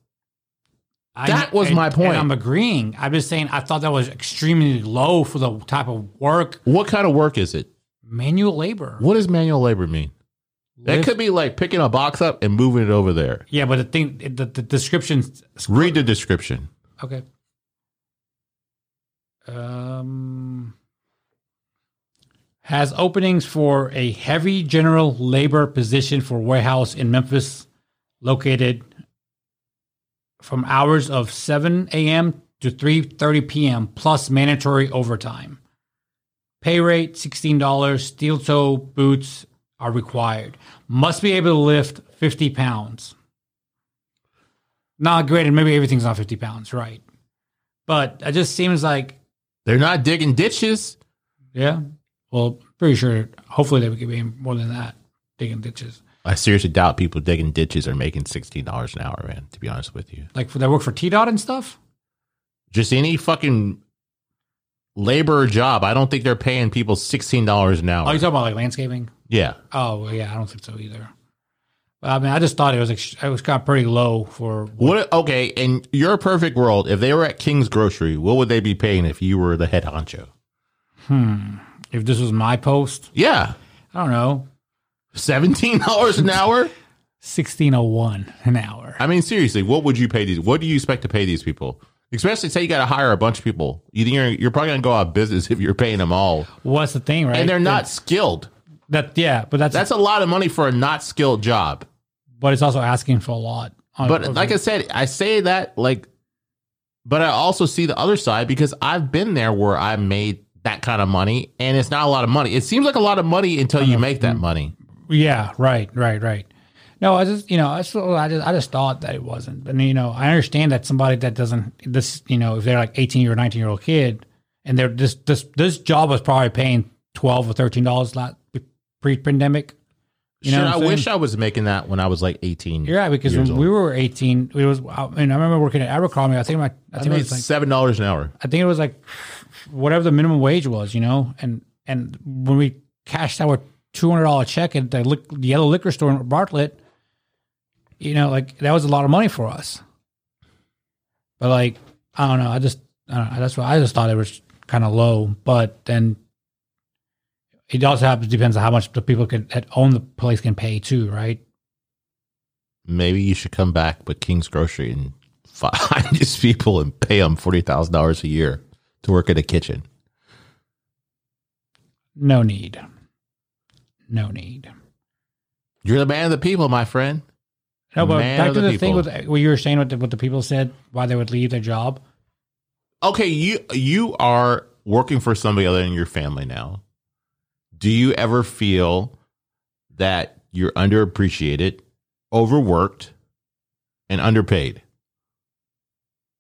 [SPEAKER 2] I-
[SPEAKER 1] That was
[SPEAKER 2] and-
[SPEAKER 1] my point.
[SPEAKER 2] and I'm agreeing. I'm just saying I thought that was extremely low for the type of work
[SPEAKER 1] What kind of work is it?
[SPEAKER 2] manual labor.
[SPEAKER 1] What does manual labor mean? That
[SPEAKER 2] Lift-
[SPEAKER 1] could be like picking a box up and moving it over there.
[SPEAKER 2] Yeah, but the thing, the, the description.
[SPEAKER 1] Read the description.
[SPEAKER 2] Okay. Um, has openings for a heavy general labor position for warehouse in Memphis, located from hours of 7 a.m. to 3:30 p.m. plus mandatory overtime. Pay rate $16. Steel toe boots are required. Must be able to lift 50 pounds. Now, granted, maybe everything's not 50 pounds, right? But it just seems like,
[SPEAKER 1] They're not digging ditches.
[SPEAKER 2] yeah. Well, pretty sure. Hopefully, they would give me more than that digging ditches.
[SPEAKER 1] I seriously doubt people digging ditches are making sixteen dollars an hour, man. To be honest with you,
[SPEAKER 2] Like for that work for T dot and stuff.
[SPEAKER 1] just any fucking labor job, I don't think they're paying people sixteen dollars an
[SPEAKER 2] Oh,
[SPEAKER 1] hour.
[SPEAKER 2] you talking about like landscaping?
[SPEAKER 1] yeah,
[SPEAKER 2] Oh, well, yeah. I don't think so either. But, I mean, I just thought it was ex- it was kind of pretty low for
[SPEAKER 1] what? Okay, in your perfect world, if they were at King's Grocery, what would they be paying if you were the head honcho?
[SPEAKER 2] if this was my post.
[SPEAKER 1] Yeah,
[SPEAKER 2] I don't know,
[SPEAKER 1] seventeen dollars an hour.
[SPEAKER 2] sixteen oh one an hour.
[SPEAKER 1] I mean, seriously, what would you pay these? What do you expect to pay these people? Especially say you got to hire a bunch of people. You think you're, you're probably gonna go out of business if you're paying them all,
[SPEAKER 2] What's the thing, right?
[SPEAKER 1] and they're not skilled.
[SPEAKER 2] that. Yeah, but that's,
[SPEAKER 1] That's a lot of money for a not skilled job.
[SPEAKER 2] but it's also asking for a lot. on-
[SPEAKER 1] But
[SPEAKER 2] of-
[SPEAKER 1] like I said, I say that like, but I also see the other side because I've been there where I made that kind of money, and it's not a lot of money. It seems like a lot of money until
[SPEAKER 2] Uh-huh.
[SPEAKER 1] you make that money.
[SPEAKER 2] Yeah, right, right, right. No, I just you know, I just, I just I just thought that it wasn't. And you know, I understand that somebody that doesn't this you know, if they're like eighteen or nineteen year old kid and they're this this this job was probably paying twelve or thirteen dollars lot pre pandemic. You know
[SPEAKER 1] Shit,
[SPEAKER 2] what
[SPEAKER 1] I
[SPEAKER 2] I'm
[SPEAKER 1] wish
[SPEAKER 2] saying?
[SPEAKER 1] I was making that when I was like eighteen.
[SPEAKER 2] You're right, because
[SPEAKER 1] years
[SPEAKER 2] when we were eighteen, it was I mean, I remember working at Abercrombie, I think my I
[SPEAKER 1] I
[SPEAKER 2] think it
[SPEAKER 1] made
[SPEAKER 2] was like
[SPEAKER 1] seven dollars an hour.
[SPEAKER 2] I think it was like whatever the minimum wage was, you know, and and when we cashed our two hundred dollar check at the lic- the yellow liquor store in Bartlett, you know, like that was a lot of money for us. But like I don't know, I just I don't know, that's why I just thought it was kind of low. But then it also happens depends on how much the people can that own the place can pay too, right?
[SPEAKER 1] Maybe you should come back with King's Grocery and find these people and pay them forty thousand dollars a year to work in a kitchen.
[SPEAKER 2] No need. No need.
[SPEAKER 1] You're the man of the people, my friend.
[SPEAKER 2] No, but
[SPEAKER 1] Man
[SPEAKER 2] back
[SPEAKER 1] of
[SPEAKER 2] to
[SPEAKER 1] the
[SPEAKER 2] the thing
[SPEAKER 1] people.
[SPEAKER 2] with what you were saying with the, what the people said why they would leave their job.
[SPEAKER 1] Okay, you you are working for somebody other than your family now. Do you ever feel that you're underappreciated, overworked, and underpaid?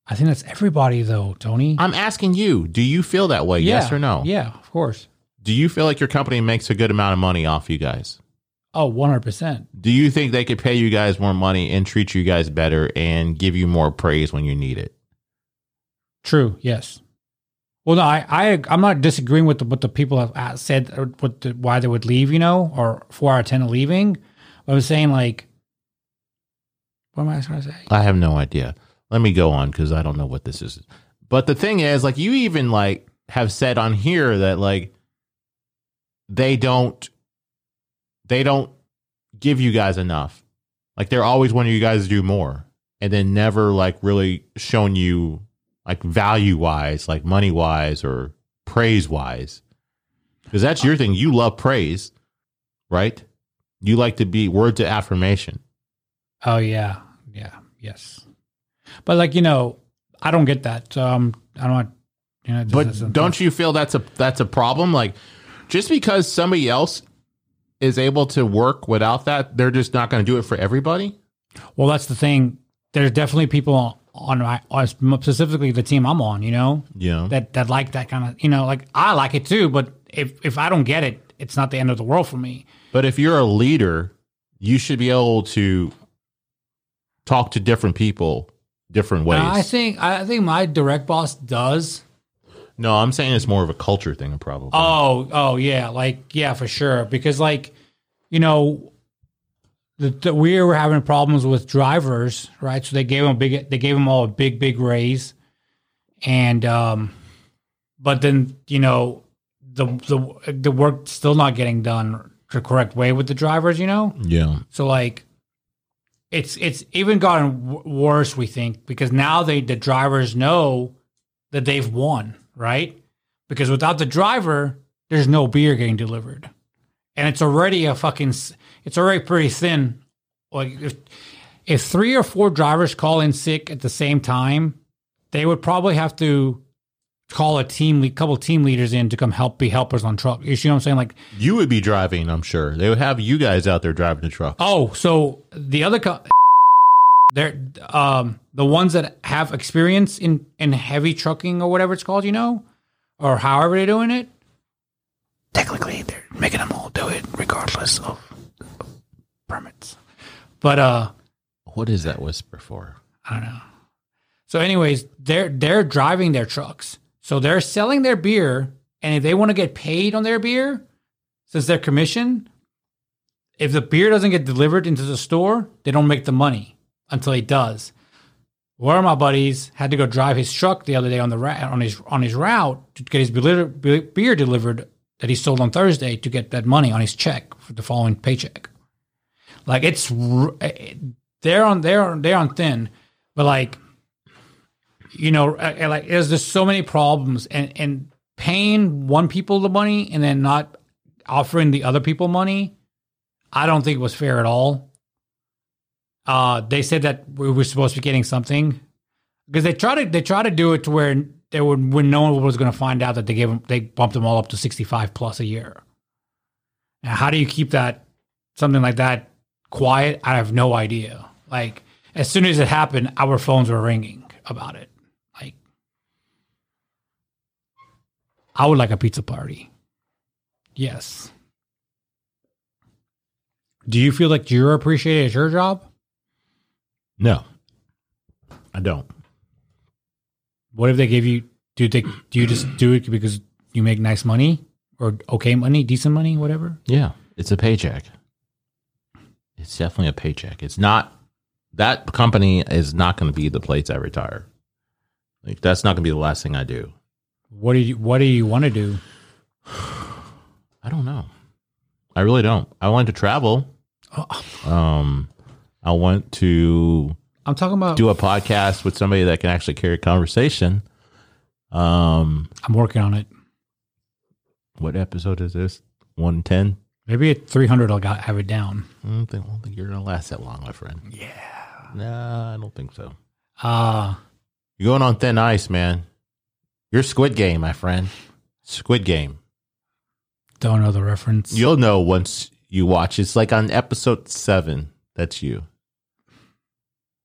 [SPEAKER 2] I think that's everybody though, Tony.
[SPEAKER 1] I'm asking you, do you feel that way? Uh, Yes
[SPEAKER 2] Yeah.
[SPEAKER 1] or no?
[SPEAKER 2] Yeah, of course.
[SPEAKER 1] Do you feel like your company makes a good amount of money off you guys?
[SPEAKER 2] Oh, 100%.
[SPEAKER 1] Do you think they could pay you guys more money and treat you guys better and give you more praise when you need it?
[SPEAKER 2] True. Yes. Well, no, I, I I'm not disagreeing with the, what the people have uh, said or what the, why they would leave, you know, or four out of ten are leaving. But I was saying like, what am I trying to say?
[SPEAKER 1] I have no idea. Let me go on because I don't know what this is. But the thing is, like, you even like have said on here that like they don't they don't give you guys enough. Like they're always wanting you guys to do more, and then never like really shown you like value wise, like money wise or praise wise. Because that's your thing. You love praise, right? You like to be words of affirmation.
[SPEAKER 2] Oh yeah, yeah, yes. But like you know, I don't get that. So um, I don't. You know,
[SPEAKER 1] But don't you feel that's a that's a problem? Like just because somebody else is able to work without that, they're just not going to do it for everybody.
[SPEAKER 2] Well, that's the thing. There's definitely people on my on specifically the team I'm on. You know,
[SPEAKER 1] Yeah.
[SPEAKER 2] that that like that kind of you know like I like it too. But if if I don't get it, it's not the end of the world for me.
[SPEAKER 1] But if you're a leader, you should be able to talk to different people different ways.
[SPEAKER 2] Uh, I think I think my direct boss does.
[SPEAKER 1] no, I'm saying it's more of a culture thing, probably.
[SPEAKER 2] Oh, oh yeah, like yeah, for sure. Because like, you know, the, the, we were having problems with drivers, right? So they gave them a big, they gave them all a big, big raise, and um, but then you know the the the work still not getting done the correct way with the drivers, you know.
[SPEAKER 1] yeah.
[SPEAKER 2] So like, it's it's even gotten w- worse. We think because now they the drivers know that they've won, right? Because without the driver, there's no beer getting delivered, and it's already a fucking s- it's already pretty thin. Like if if three or four drivers call in sick at the same time, they would probably have to call a team le- couple team leaders in to come help be helpers on truck. You see what I'm saying? Like
[SPEAKER 1] You would be driving, I'm sure. They would have you guys out there driving the truck.
[SPEAKER 2] Oh, so the other co- they're um the ones that have experience in in heavy trucking or whatever it's called, you know, or however they're doing it. Technically, they're making them all do it regardless of permits. But uh,
[SPEAKER 1] What is that whisper for?
[SPEAKER 2] I don't know. So, anyways, they're they're driving their trucks, so they're selling their beer, and if they want to get paid on their beer, since they're commission, if the beer doesn't get delivered into the store, they don't make the money until it does. One of my buddies had to go drive his truck the other day on the ra- on his on his route to get his belir- be- beer delivered that he sold on Thursday to get that money on his check for the following paycheck. Like it's r- eh, they're on they're on they're on thin, but like you know, uh, uh, like there's just so many problems and and paying one people the money and then not offering the other people money, I don't think was fair at all. Uh, they said that we were supposed to be getting something because they try to they try to do it to where they would when no one was going to find out that they gave them they bumped them all up to 65 plus a year. And how do you keep that something like that quiet? I have no idea. Like as soon as it happened, our phones were ringing about it. Like I would like a pizza party. Yes. Do you feel like you're appreciated at your job?
[SPEAKER 1] No, I don't.
[SPEAKER 2] What if they give you? Do they? Do you just do it because you make nice money or okay money, decent money, whatever?
[SPEAKER 1] Yeah, it's a paycheck. It's definitely a paycheck. It's not that company is not going to be the place I retire. Like that's not going to be the last thing I do.
[SPEAKER 2] What do you? What do you want to do?
[SPEAKER 1] I don't know. I really don't. I want to travel. Um, I want to
[SPEAKER 2] I'm talking about.
[SPEAKER 1] do a podcast with somebody that can actually carry a conversation. Um,
[SPEAKER 2] I'm working on it.
[SPEAKER 1] what episode is this? One ten.
[SPEAKER 2] Maybe at 300, I'll got, have it down.
[SPEAKER 1] I don't think, I don't think you're gonna last that long, my friend. Yeah. Nah, I don't think so.
[SPEAKER 2] Uh,
[SPEAKER 1] You're going on thin ice, man. You're Squid Game, my friend. Squid Game.
[SPEAKER 2] don't know the reference.
[SPEAKER 1] You'll know once you watch. It's like on episode seven. That's you.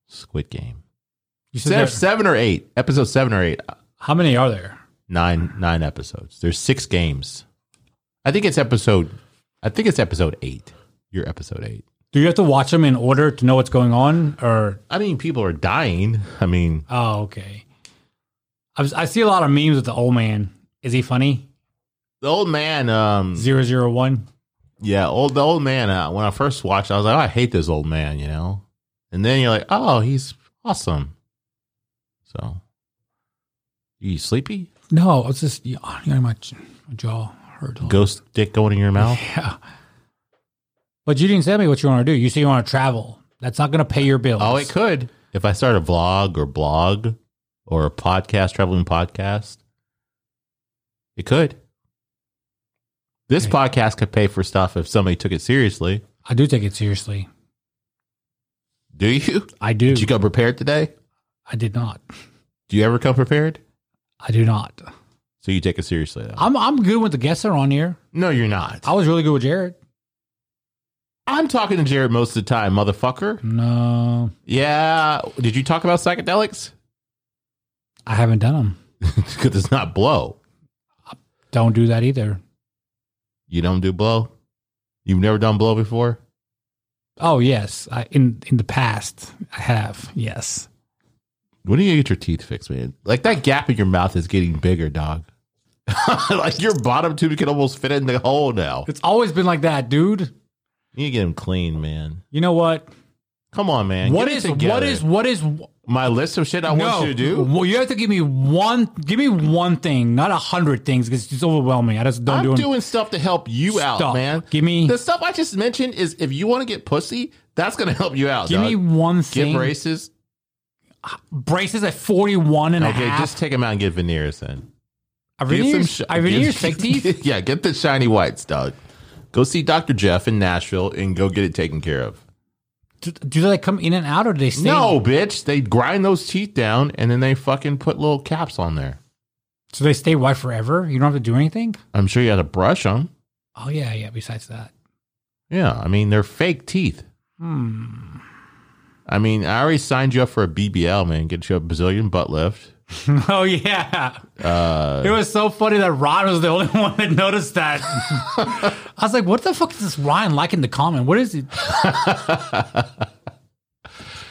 [SPEAKER 1] Squid Game.
[SPEAKER 2] You said
[SPEAKER 1] Seven,
[SPEAKER 2] there-
[SPEAKER 1] seven or eight. Episode seven or eight.
[SPEAKER 2] how many are there?
[SPEAKER 1] Nine nine episodes. There's six games. I think it's episode. I think it's episode eight. You're episode eight.
[SPEAKER 2] Do you have to watch them in order to know what's going on? Or
[SPEAKER 1] I mean, people are dying. I mean,
[SPEAKER 2] oh, okay. I, was, I see a lot of memes with the old man. Is he funny?
[SPEAKER 1] the old man. Um,
[SPEAKER 2] Zero zero one.
[SPEAKER 1] Yeah, old the old man. Uh, when I first watched, I was like, oh, I hate this old man, you know. And then you're like, oh, he's awesome. So, you sleepy?
[SPEAKER 2] No, it's just yeah, you know, my, j- my jaw hurt. a little.
[SPEAKER 1] Ghost dick going in your mouth?
[SPEAKER 2] Yeah. But you didn't tell me what you want to do. You say you want to travel. That's not going to pay your bills.
[SPEAKER 1] Oh, it could. If I start a vlog or blog or a podcast, traveling podcast, it could. This
[SPEAKER 2] Okay.
[SPEAKER 1] podcast could pay for stuff if somebody took it seriously.
[SPEAKER 2] I do take it seriously.
[SPEAKER 1] Do you?
[SPEAKER 2] I do.
[SPEAKER 1] Did you come prepared today?
[SPEAKER 2] I did not.
[SPEAKER 1] Do you ever come prepared?
[SPEAKER 2] I do not.
[SPEAKER 1] So you take it seriously. Though.
[SPEAKER 2] I'm I'm good with the guests that are on here.
[SPEAKER 1] No, you're not.
[SPEAKER 2] I was really good with Jared.
[SPEAKER 1] I'm talking to Jared most of the time, motherfucker.
[SPEAKER 2] No,
[SPEAKER 1] Yeah. Did you talk about psychedelics?
[SPEAKER 2] I haven't done them.
[SPEAKER 1] Because it's not blow.
[SPEAKER 2] Don't do that either.
[SPEAKER 1] You don't do blow. You've never done blow before.
[SPEAKER 2] Oh yes, I, in in the past I have. Yes,
[SPEAKER 1] When do you get your teeth fixed, man? Like that gap in your mouth is getting bigger, dog. like your bottom tube can almost fit in the hole now.
[SPEAKER 2] it's always been like that, dude.
[SPEAKER 1] You need to get them clean, man.
[SPEAKER 2] You know what?
[SPEAKER 1] Come on, man.
[SPEAKER 2] What
[SPEAKER 1] Get it
[SPEAKER 2] is
[SPEAKER 1] together.
[SPEAKER 2] what is what is
[SPEAKER 1] my list of shit I want you to do?
[SPEAKER 2] Well, you have to give me one. Give me one thing, not a hundred things, because it's overwhelming. I just don't
[SPEAKER 1] I'm
[SPEAKER 2] do 'em.
[SPEAKER 1] doing stuff to help you out,
[SPEAKER 2] Stop.
[SPEAKER 1] man.
[SPEAKER 2] Give me-
[SPEAKER 1] the stuff I just mentioned. Is if you want to get pussy, that's gonna help you out.
[SPEAKER 2] Give
[SPEAKER 1] dog.
[SPEAKER 2] me one
[SPEAKER 1] Get
[SPEAKER 2] thing.
[SPEAKER 1] braces.
[SPEAKER 2] Braces at 41 and
[SPEAKER 1] Okay,
[SPEAKER 2] a half.
[SPEAKER 1] just take them out and get veneers then.
[SPEAKER 2] are
[SPEAKER 1] Get
[SPEAKER 2] veneers,
[SPEAKER 1] shi-
[SPEAKER 2] are
[SPEAKER 1] get-
[SPEAKER 2] veneers fake teeth?
[SPEAKER 1] yeah, get the shiny whites, dog. Go see Dr. Jeff in Nashville and go get it taken care of.
[SPEAKER 2] Do, do they come in and out or do they stay?
[SPEAKER 1] No, bitch. They grind those teeth down and then they fucking put little caps on there.
[SPEAKER 2] So they stay white forever? You don't have to do anything?
[SPEAKER 1] I'm sure you had to brush them.
[SPEAKER 2] Oh, yeah, yeah, besides that.
[SPEAKER 1] Yeah, I mean, they're fake teeth.
[SPEAKER 2] Hmm.
[SPEAKER 1] I mean, I already signed you up for a BBL, man. Get you a Brazilian butt lift.
[SPEAKER 2] oh, yeah. it was so funny that Ron was the only one that noticed that. I was like, what the fuck is this Ryan liking the comment? What is it?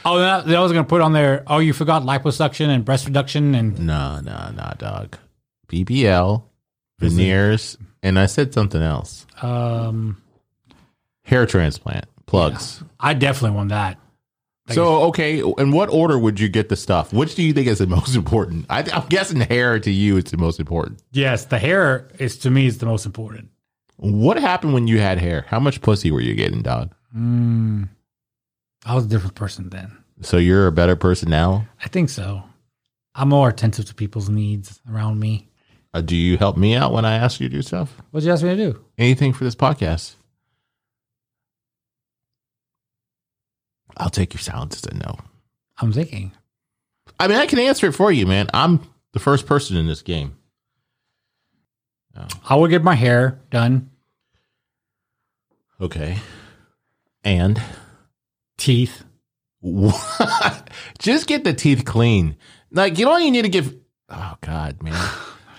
[SPEAKER 2] oh, that, that was going to put on there. Oh, you forgot liposuction and breast reduction and
[SPEAKER 1] Nah, nah, nah, dog. BBL, veneers, and I said something else.
[SPEAKER 2] um,
[SPEAKER 1] Hair transplant, plugs.
[SPEAKER 2] I definitely want that.
[SPEAKER 1] So okay, in what order would you get the stuff? Which do you think is the most important? I, I'm guessing hair to you is the most important.
[SPEAKER 2] Yes, the hair is to me is the most important.
[SPEAKER 1] What happened when you had hair? How much pussy were you getting, dog?
[SPEAKER 2] I was a different person then.
[SPEAKER 1] So you're a better person now.
[SPEAKER 2] I think so. I'm more attentive to people's needs around me.
[SPEAKER 1] Uh, do you help me out when I ask you to do stuff?
[SPEAKER 2] What'd you ask me to do?
[SPEAKER 1] Anything for this podcast? I'll take your silence as a no.
[SPEAKER 2] I'm thinking.
[SPEAKER 1] I mean, I can answer it for you, man. I'm the first person in this game.
[SPEAKER 2] I would get my hair done,
[SPEAKER 1] Okay. And
[SPEAKER 2] teeth.
[SPEAKER 1] What? Just get the teeth clean. Like you don't even need to give. Oh God, man.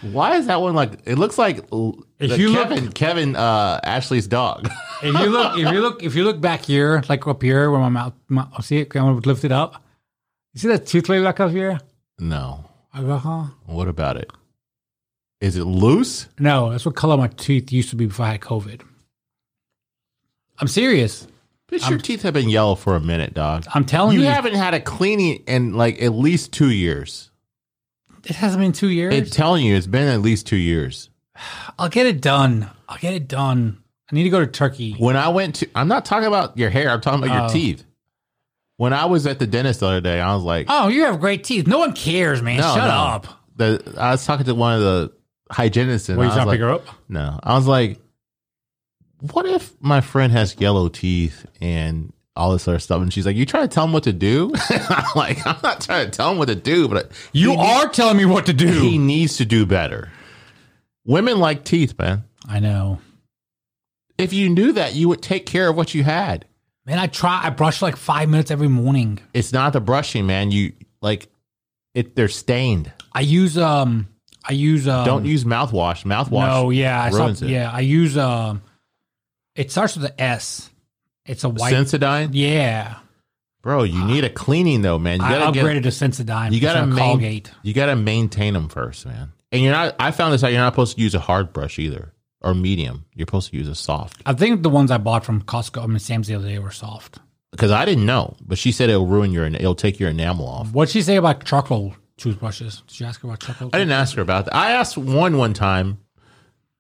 [SPEAKER 1] Why is that one like? It looks like l-
[SPEAKER 2] If
[SPEAKER 1] the
[SPEAKER 2] you look-
[SPEAKER 1] Kevin Kevin uh, Ashley's dog.
[SPEAKER 2] If you look, if you look, if you look back here, like up here where my mouth, my, oh, see it, I'm gonna lift it up. You see that tooth layer like up here?
[SPEAKER 1] no.
[SPEAKER 2] I go, huh?
[SPEAKER 1] What about it? Is it loose?
[SPEAKER 2] No, that's what color my teeth used to be before I had COVID. I'm serious.
[SPEAKER 1] Bitch, your teeth have been yellow for a minute, dog.
[SPEAKER 2] I'm telling you,
[SPEAKER 1] You haven't had a cleaning in like at least two years.
[SPEAKER 2] it hasn't been two years.
[SPEAKER 1] It's telling you, it's been at least two years.
[SPEAKER 2] I'll get it done. I'll get it done. I need to go to Turkey.
[SPEAKER 1] When I went to, I'm not talking about your hair. I'm talking about your
[SPEAKER 2] Oh.
[SPEAKER 1] teeth. When I was at the dentist the other day, I was like,
[SPEAKER 2] Oh, you have great teeth. No one cares, man.
[SPEAKER 1] No,
[SPEAKER 2] Shut
[SPEAKER 1] no.
[SPEAKER 2] up.
[SPEAKER 1] the, I was talking to one of the hygienists, and I
[SPEAKER 2] Wait, you
[SPEAKER 1] was
[SPEAKER 2] trying to
[SPEAKER 1] like,
[SPEAKER 2] pick her up?
[SPEAKER 1] no, I was like, what if my friend has yellow teeth and all this other stuff? And she's like, you trying to tell him what to do? I'm like, I'm not trying to tell him what to do, but
[SPEAKER 2] You
[SPEAKER 1] he
[SPEAKER 2] are telling me what to do.
[SPEAKER 1] he needs to do better. Women like teeth, man.
[SPEAKER 2] I know.
[SPEAKER 1] If you knew that, you would take care of what you had.
[SPEAKER 2] Man, I try. I brush like five minutes every morning.
[SPEAKER 1] It's not the brushing, man. You like it. They're stained.
[SPEAKER 2] I use um. I use um,
[SPEAKER 1] Don't use mouthwash. Mouthwash.
[SPEAKER 2] No, yeah, I
[SPEAKER 1] ruins
[SPEAKER 2] saw,
[SPEAKER 1] it.
[SPEAKER 2] yeah. I use um. It starts with a S. It's a white.
[SPEAKER 1] Sensodyne,
[SPEAKER 2] yeah,
[SPEAKER 1] bro. You need a cleaning though, man. You
[SPEAKER 2] I
[SPEAKER 1] gotta get.
[SPEAKER 2] upgraded to Sensodyne.
[SPEAKER 1] You gotta
[SPEAKER 2] It's a
[SPEAKER 1] main-
[SPEAKER 2] Colgate.
[SPEAKER 1] You gotta maintain them first, man. And you're not. I found this out. You're not supposed to use a hard brush either, or medium. You're supposed to use a soft.
[SPEAKER 2] I think the ones I bought from Costco, I mean Sam's the other day, were soft.
[SPEAKER 1] Because I didn't know, but she said it'll ruin your. It'll take your enamel off.
[SPEAKER 2] What'd she say about charcoal toothbrushes? Did you ask her about charcoal?
[SPEAKER 1] I didn't ask her about that. I asked one one time,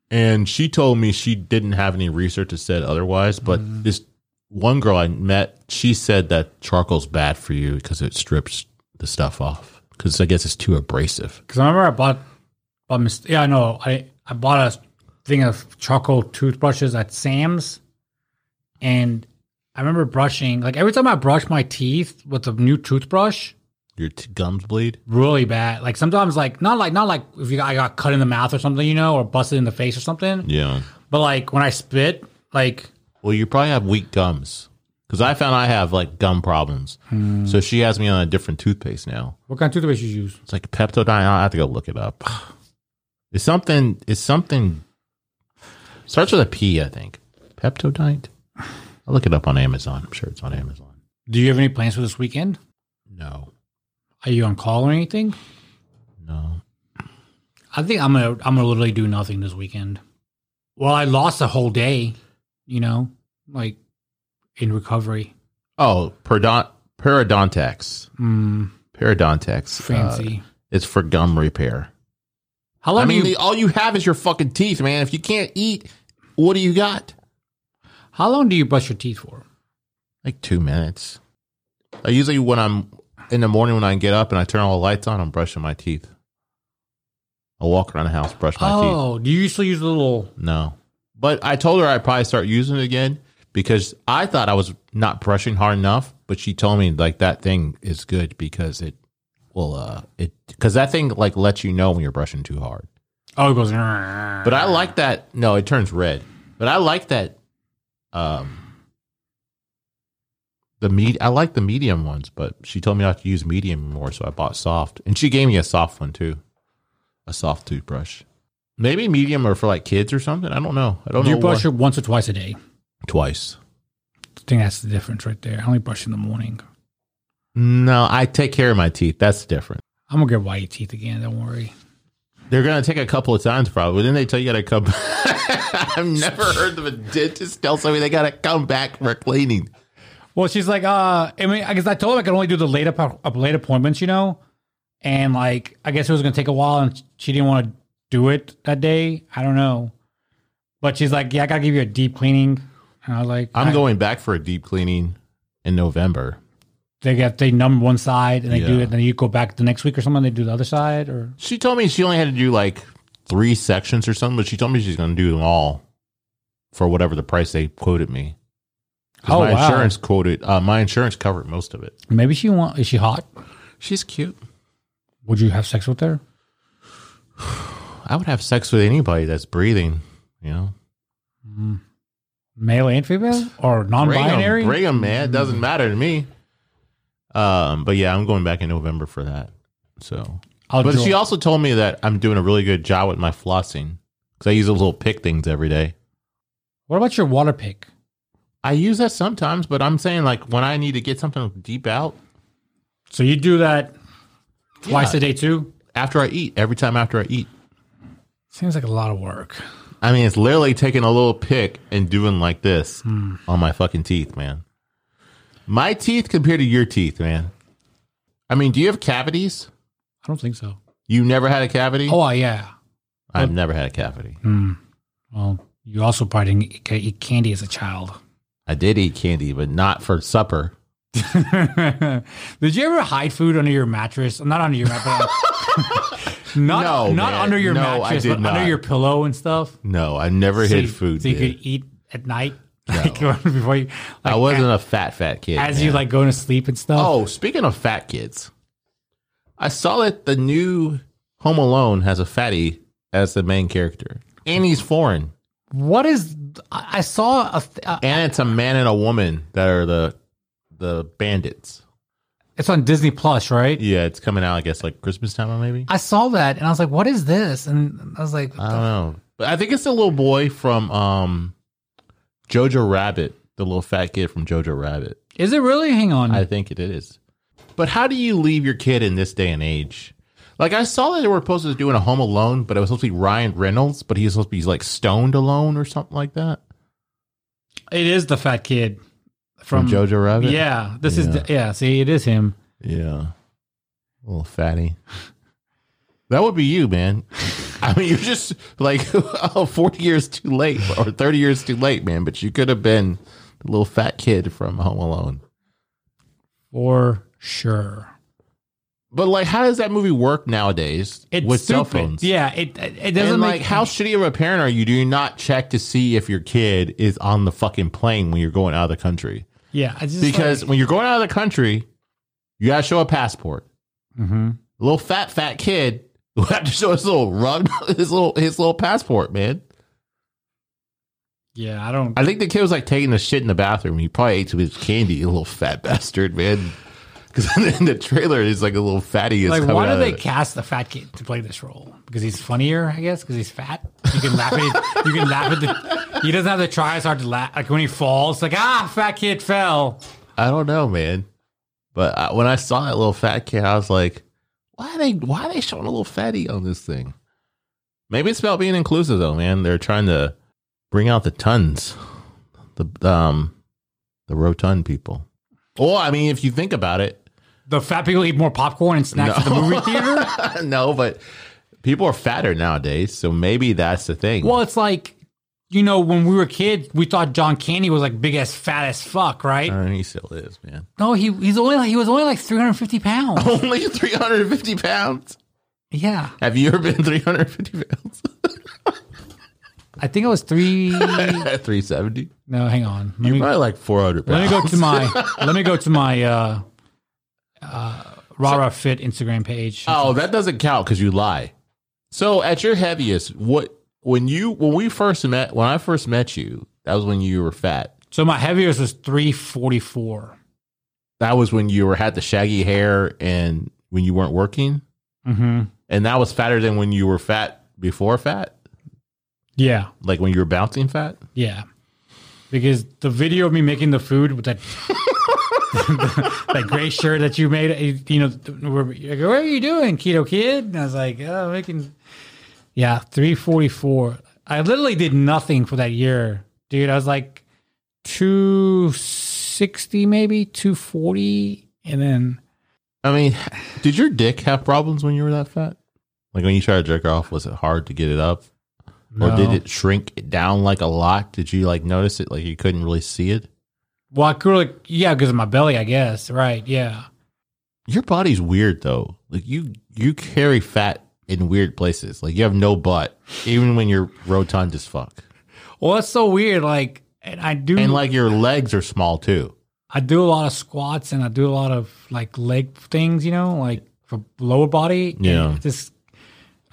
[SPEAKER 1] and she told me she didn't have any research that said otherwise. But this one girl I met, she said that charcoal's bad for you because it strips the stuff off. Because I guess it's too abrasive.
[SPEAKER 2] Because I remember I bought, bought mis- yeah, I know. I, I bought a thing of charcoal toothbrushes at Sam's. And I remember brushing, like every time I brush my teeth with a new toothbrush,
[SPEAKER 1] Your t- gums bleed.
[SPEAKER 2] really bad. Like sometimes, like, not like, not like if you, I got cut in the mouth or something, you know, or busted in the face or something.
[SPEAKER 1] Yeah.
[SPEAKER 2] But like when I spit, like,
[SPEAKER 1] Well, you probably have weak gums. Because I found I have like gum problems. So she has me on a different toothpaste now.
[SPEAKER 2] what kind of toothpaste you use?
[SPEAKER 1] It's like Pepto I have to go look it up. It's something. It's something. Starts with a P, I think. Peptodine. I'll look it up on Amazon. I'm sure it's on Amazon.
[SPEAKER 2] Do you have any plans for this weekend?
[SPEAKER 1] No,
[SPEAKER 2] Are you on call or anything?
[SPEAKER 1] no.
[SPEAKER 2] I think I'm gonna I'm gonna literally do nothing this weekend. Well, I lost a whole day, you know, like in recovery.
[SPEAKER 1] Oh, peridon periodontax.
[SPEAKER 2] Mm,
[SPEAKER 1] Periodontax. Uh,
[SPEAKER 2] fancy.
[SPEAKER 1] it's for gum repair.
[SPEAKER 2] How long
[SPEAKER 1] I mean,
[SPEAKER 2] do you
[SPEAKER 1] the, all you have is your fucking teeth, man. If you can't eat, what do you got?
[SPEAKER 2] How long do you brush your teeth for?
[SPEAKER 1] Like two minutes. I usually when I'm in the morning when I get up and I turn all the lights on, I'm brushing my teeth. I walk around the house, brush my teeth.
[SPEAKER 2] Oh, do you usually use a little?
[SPEAKER 1] No. But I told her I'd probably start using it again because I thought I was not brushing hard enough, but she told me like that thing is good because it will uh it cuz that thing like lets you know when you're brushing too hard.
[SPEAKER 2] Oh, it goes.
[SPEAKER 1] But I like that no, it turns red. But I like that um the med- I like the medium ones, but she told me not to use medium anymore, so I bought soft. And she gave me a soft one too. A soft toothbrush. Maybe medium or for like kids or something. I don't know. I don't
[SPEAKER 2] do
[SPEAKER 1] know.
[SPEAKER 2] you brush
[SPEAKER 1] what-
[SPEAKER 2] it once or twice a day?
[SPEAKER 1] twice.
[SPEAKER 2] I think that's the difference right there. I only brush in the morning.
[SPEAKER 1] No, I take care of my teeth. That's different.
[SPEAKER 2] I'm gonna get white teeth again. Don't worry.
[SPEAKER 1] They're gonna take a couple of times probably. Didn't they tell you gotta come? I've never heard of a dentist tell somebody they gotta come back for cleaning.
[SPEAKER 2] Well, she's like, uh, I mean, I guess I told him I could only do the late app- up late appointments, you know, and like I guess it was gonna take a while, and she didn't want to do it that day. I don't know, but she's like, yeah, I gotta give you a deep cleaning, and I was like,
[SPEAKER 1] I'm
[SPEAKER 2] I-
[SPEAKER 1] going back for a deep cleaning in November.
[SPEAKER 2] They get they numb one side and they do
[SPEAKER 1] Yeah.
[SPEAKER 2] it, then you go back the next week or something. They do the other side, or
[SPEAKER 1] She told me she only had to do like three sections or something, but she told me she's gonna do them all for whatever the price they quoted me. 'Cause
[SPEAKER 2] Oh,
[SPEAKER 1] my
[SPEAKER 2] wow.
[SPEAKER 1] insurance quoted uh, my insurance covered most of it.
[SPEAKER 2] maybe she want is she hot?
[SPEAKER 1] She's cute.
[SPEAKER 2] Would you have sex with her?
[SPEAKER 1] I would have sex with anybody that's breathing, you know.
[SPEAKER 2] Male and female or
[SPEAKER 1] Bring 'em,
[SPEAKER 2] non-binary?
[SPEAKER 1] Bring 'em, man. It
[SPEAKER 2] Hmm.
[SPEAKER 1] doesn't matter to me. Um, but yeah, I'm going back in November for that. So,
[SPEAKER 2] I'll
[SPEAKER 1] but
[SPEAKER 2] join-
[SPEAKER 1] she also told me that I'm doing a really good job with my flossing because I use those little pick things every day.
[SPEAKER 2] what about your water pick?
[SPEAKER 1] I use that sometimes, but I'm saying like when I need to get something deep out
[SPEAKER 2] So you do that twice
[SPEAKER 1] Yeah.
[SPEAKER 2] a day too?
[SPEAKER 1] after I eat, every time after I eat.
[SPEAKER 2] Seems like a lot of work.
[SPEAKER 1] I mean, it's literally taking a little pick and doing like this
[SPEAKER 2] Hmm.
[SPEAKER 1] on my fucking teeth, man. My teeth compared to your teeth, man. I mean, do you have cavities?
[SPEAKER 2] I don't think so.
[SPEAKER 1] You never had a cavity?
[SPEAKER 2] Oh uh, yeah,
[SPEAKER 1] I've never had a cavity.
[SPEAKER 2] Hmm. Well, you also probably didn't eat ca- eat candy as a child.
[SPEAKER 1] I did eat candy, but not for supper.
[SPEAKER 2] Did you ever hide food under your mattress? Not under your mattress. not
[SPEAKER 1] No,
[SPEAKER 2] not
[SPEAKER 1] man.
[SPEAKER 2] under your
[SPEAKER 1] No, I
[SPEAKER 2] mattress,
[SPEAKER 1] did
[SPEAKER 2] but under
[SPEAKER 1] not.
[SPEAKER 2] your pillow and stuff.
[SPEAKER 1] No, I never
[SPEAKER 2] So
[SPEAKER 1] hid
[SPEAKER 2] you-
[SPEAKER 1] food.
[SPEAKER 2] so you
[SPEAKER 1] dude.
[SPEAKER 2] could eat at night. Like, before you, like,
[SPEAKER 1] I wasn't a fat fat kid.
[SPEAKER 2] as
[SPEAKER 1] man.
[SPEAKER 2] you like going to sleep and stuff.
[SPEAKER 1] Oh, speaking of fat kids, I saw that the new Home Alone has a fatty as the main character, and he's foreign,
[SPEAKER 2] What is? I I saw a. Th- uh,
[SPEAKER 1] and it's a man and a woman that are the the bandits.
[SPEAKER 2] it's on Disney Plus, right?
[SPEAKER 1] Yeah, it's coming out. I guess like Christmas time, or maybe
[SPEAKER 2] I saw that and I was like, "What is this?" And I was like,
[SPEAKER 1] I don't know, but I think it's the little boy from um Jojo Rabbit, the little fat kid from Jojo Rabbit.
[SPEAKER 2] "Is it really?" Hang on.
[SPEAKER 1] I think it is. But how do you leave your kid in this day and age? Like I saw that they were supposed to do in a Home Alone, but it was supposed to be Ryan Reynolds, but he was supposed to be like stoned alone or something like that
[SPEAKER 2] it is the fat kid
[SPEAKER 1] from, Jojo Rabbit.
[SPEAKER 2] Yeah, this is the, yeah. See, it is him.
[SPEAKER 1] yeah, little fatty. That would be you, man. I mean, you're just like oh, 40 years too late or 30 years too late, man. But you could have been the little fat kid from Home Alone.
[SPEAKER 2] For sure.
[SPEAKER 1] But like, how does that movie work nowadays with cell
[SPEAKER 2] stupid.
[SPEAKER 1] phones?
[SPEAKER 2] Yeah, it it it doesn't
[SPEAKER 1] And
[SPEAKER 2] make
[SPEAKER 1] like, how shitty of a parent are you? Do you not check to see if your kid is on the fucking plane when you're going out of the country?
[SPEAKER 2] yeah, it's just
[SPEAKER 1] Because
[SPEAKER 2] like-
[SPEAKER 1] when you're going out of the country, you gotta show a passport.
[SPEAKER 2] Mhm.
[SPEAKER 1] A little fat fat kid will have to show his little rug, his little his little passport, man.
[SPEAKER 2] yeah, I don't.
[SPEAKER 1] I think the kid was like taking a shit in the bathroom. He probably ate some of his candy, you little fat bastard, man. Because in the trailer, he's like a little fatty. is
[SPEAKER 2] like,
[SPEAKER 1] coming
[SPEAKER 2] why
[SPEAKER 1] out
[SPEAKER 2] do
[SPEAKER 1] of
[SPEAKER 2] they
[SPEAKER 1] it.
[SPEAKER 2] cast the fat kid to play this role? Because he's funnier, I guess. Because he's fat, you can laugh at it. You can laugh at the. He doesn't have to try as hard to laugh. Like when he falls, like ah, fat kid fell.
[SPEAKER 1] I don't know, man. But I, when I saw that little fat kid, I was like, why are they why are they showing a little fatty on this thing? Maybe it's about being inclusive though, man. They're trying to bring out the tons, the um, the rotund people. Or I mean, if you think about it,
[SPEAKER 2] The fat people eat more popcorn and snacks at the
[SPEAKER 1] No.
[SPEAKER 2] movie theater.
[SPEAKER 1] no, but people are fatter nowadays, so maybe that's the thing.
[SPEAKER 2] Well, it's like, you know, when we were kids, we thought John Candy was like big as fat as fuck, right?
[SPEAKER 1] I mean, he still is, man.
[SPEAKER 2] no, he he's only like, he was only like 350 pounds.
[SPEAKER 1] Only three hundred and fifty pounds.
[SPEAKER 2] Yeah,
[SPEAKER 1] Have you ever been three hundred and fifty pounds?
[SPEAKER 2] I think I was three.
[SPEAKER 1] Three seventy.
[SPEAKER 2] no, hang on. Let me,
[SPEAKER 1] Probably like four hundred pounds.
[SPEAKER 2] let me go to my let me go to my uh, uh, Rara Fit Instagram page.
[SPEAKER 1] Oh, that doesn't count because you lie. So at your heaviest, what when you when we first met when I first met you, that was when you were fat.
[SPEAKER 2] so my heaviest was 344.
[SPEAKER 1] That was when you were had the shaggy hair and when you weren't working,
[SPEAKER 2] Mm-hmm.
[SPEAKER 1] and that was fatter than when you were fat before fat,
[SPEAKER 2] Yeah,
[SPEAKER 1] like when you were bouncing fat.
[SPEAKER 2] yeah. Because the video of me making the food with that. that gray shirt that you made, you- you know, th- we're- you're like, what are you doing, keto kid? And I was like, oh, making, yeah, 344. I literally did nothing for that year, dude. I was like 260, maybe 240. And then,
[SPEAKER 1] I mean, did your dick have problems when you were that fat? Like when you tried to jerk off, was it hard to get it up, or did
[SPEAKER 2] No.
[SPEAKER 1] it shrink it down like a lot? Did you like notice it, like you couldn't really see it?
[SPEAKER 2] well, I grew like, yeah, because of my belly, I guess. Right. Yeah.
[SPEAKER 1] Your body's weird though. Like you you carry fat in weird places. Like you have no butt, even when you're rotund as fuck.
[SPEAKER 2] Well, that's so weird. Like, and I do,
[SPEAKER 1] And like your legs are small too.
[SPEAKER 2] I do a lot of squats and I do a lot of like leg things, you know, like for lower body. And
[SPEAKER 1] Yeah.
[SPEAKER 2] it Just,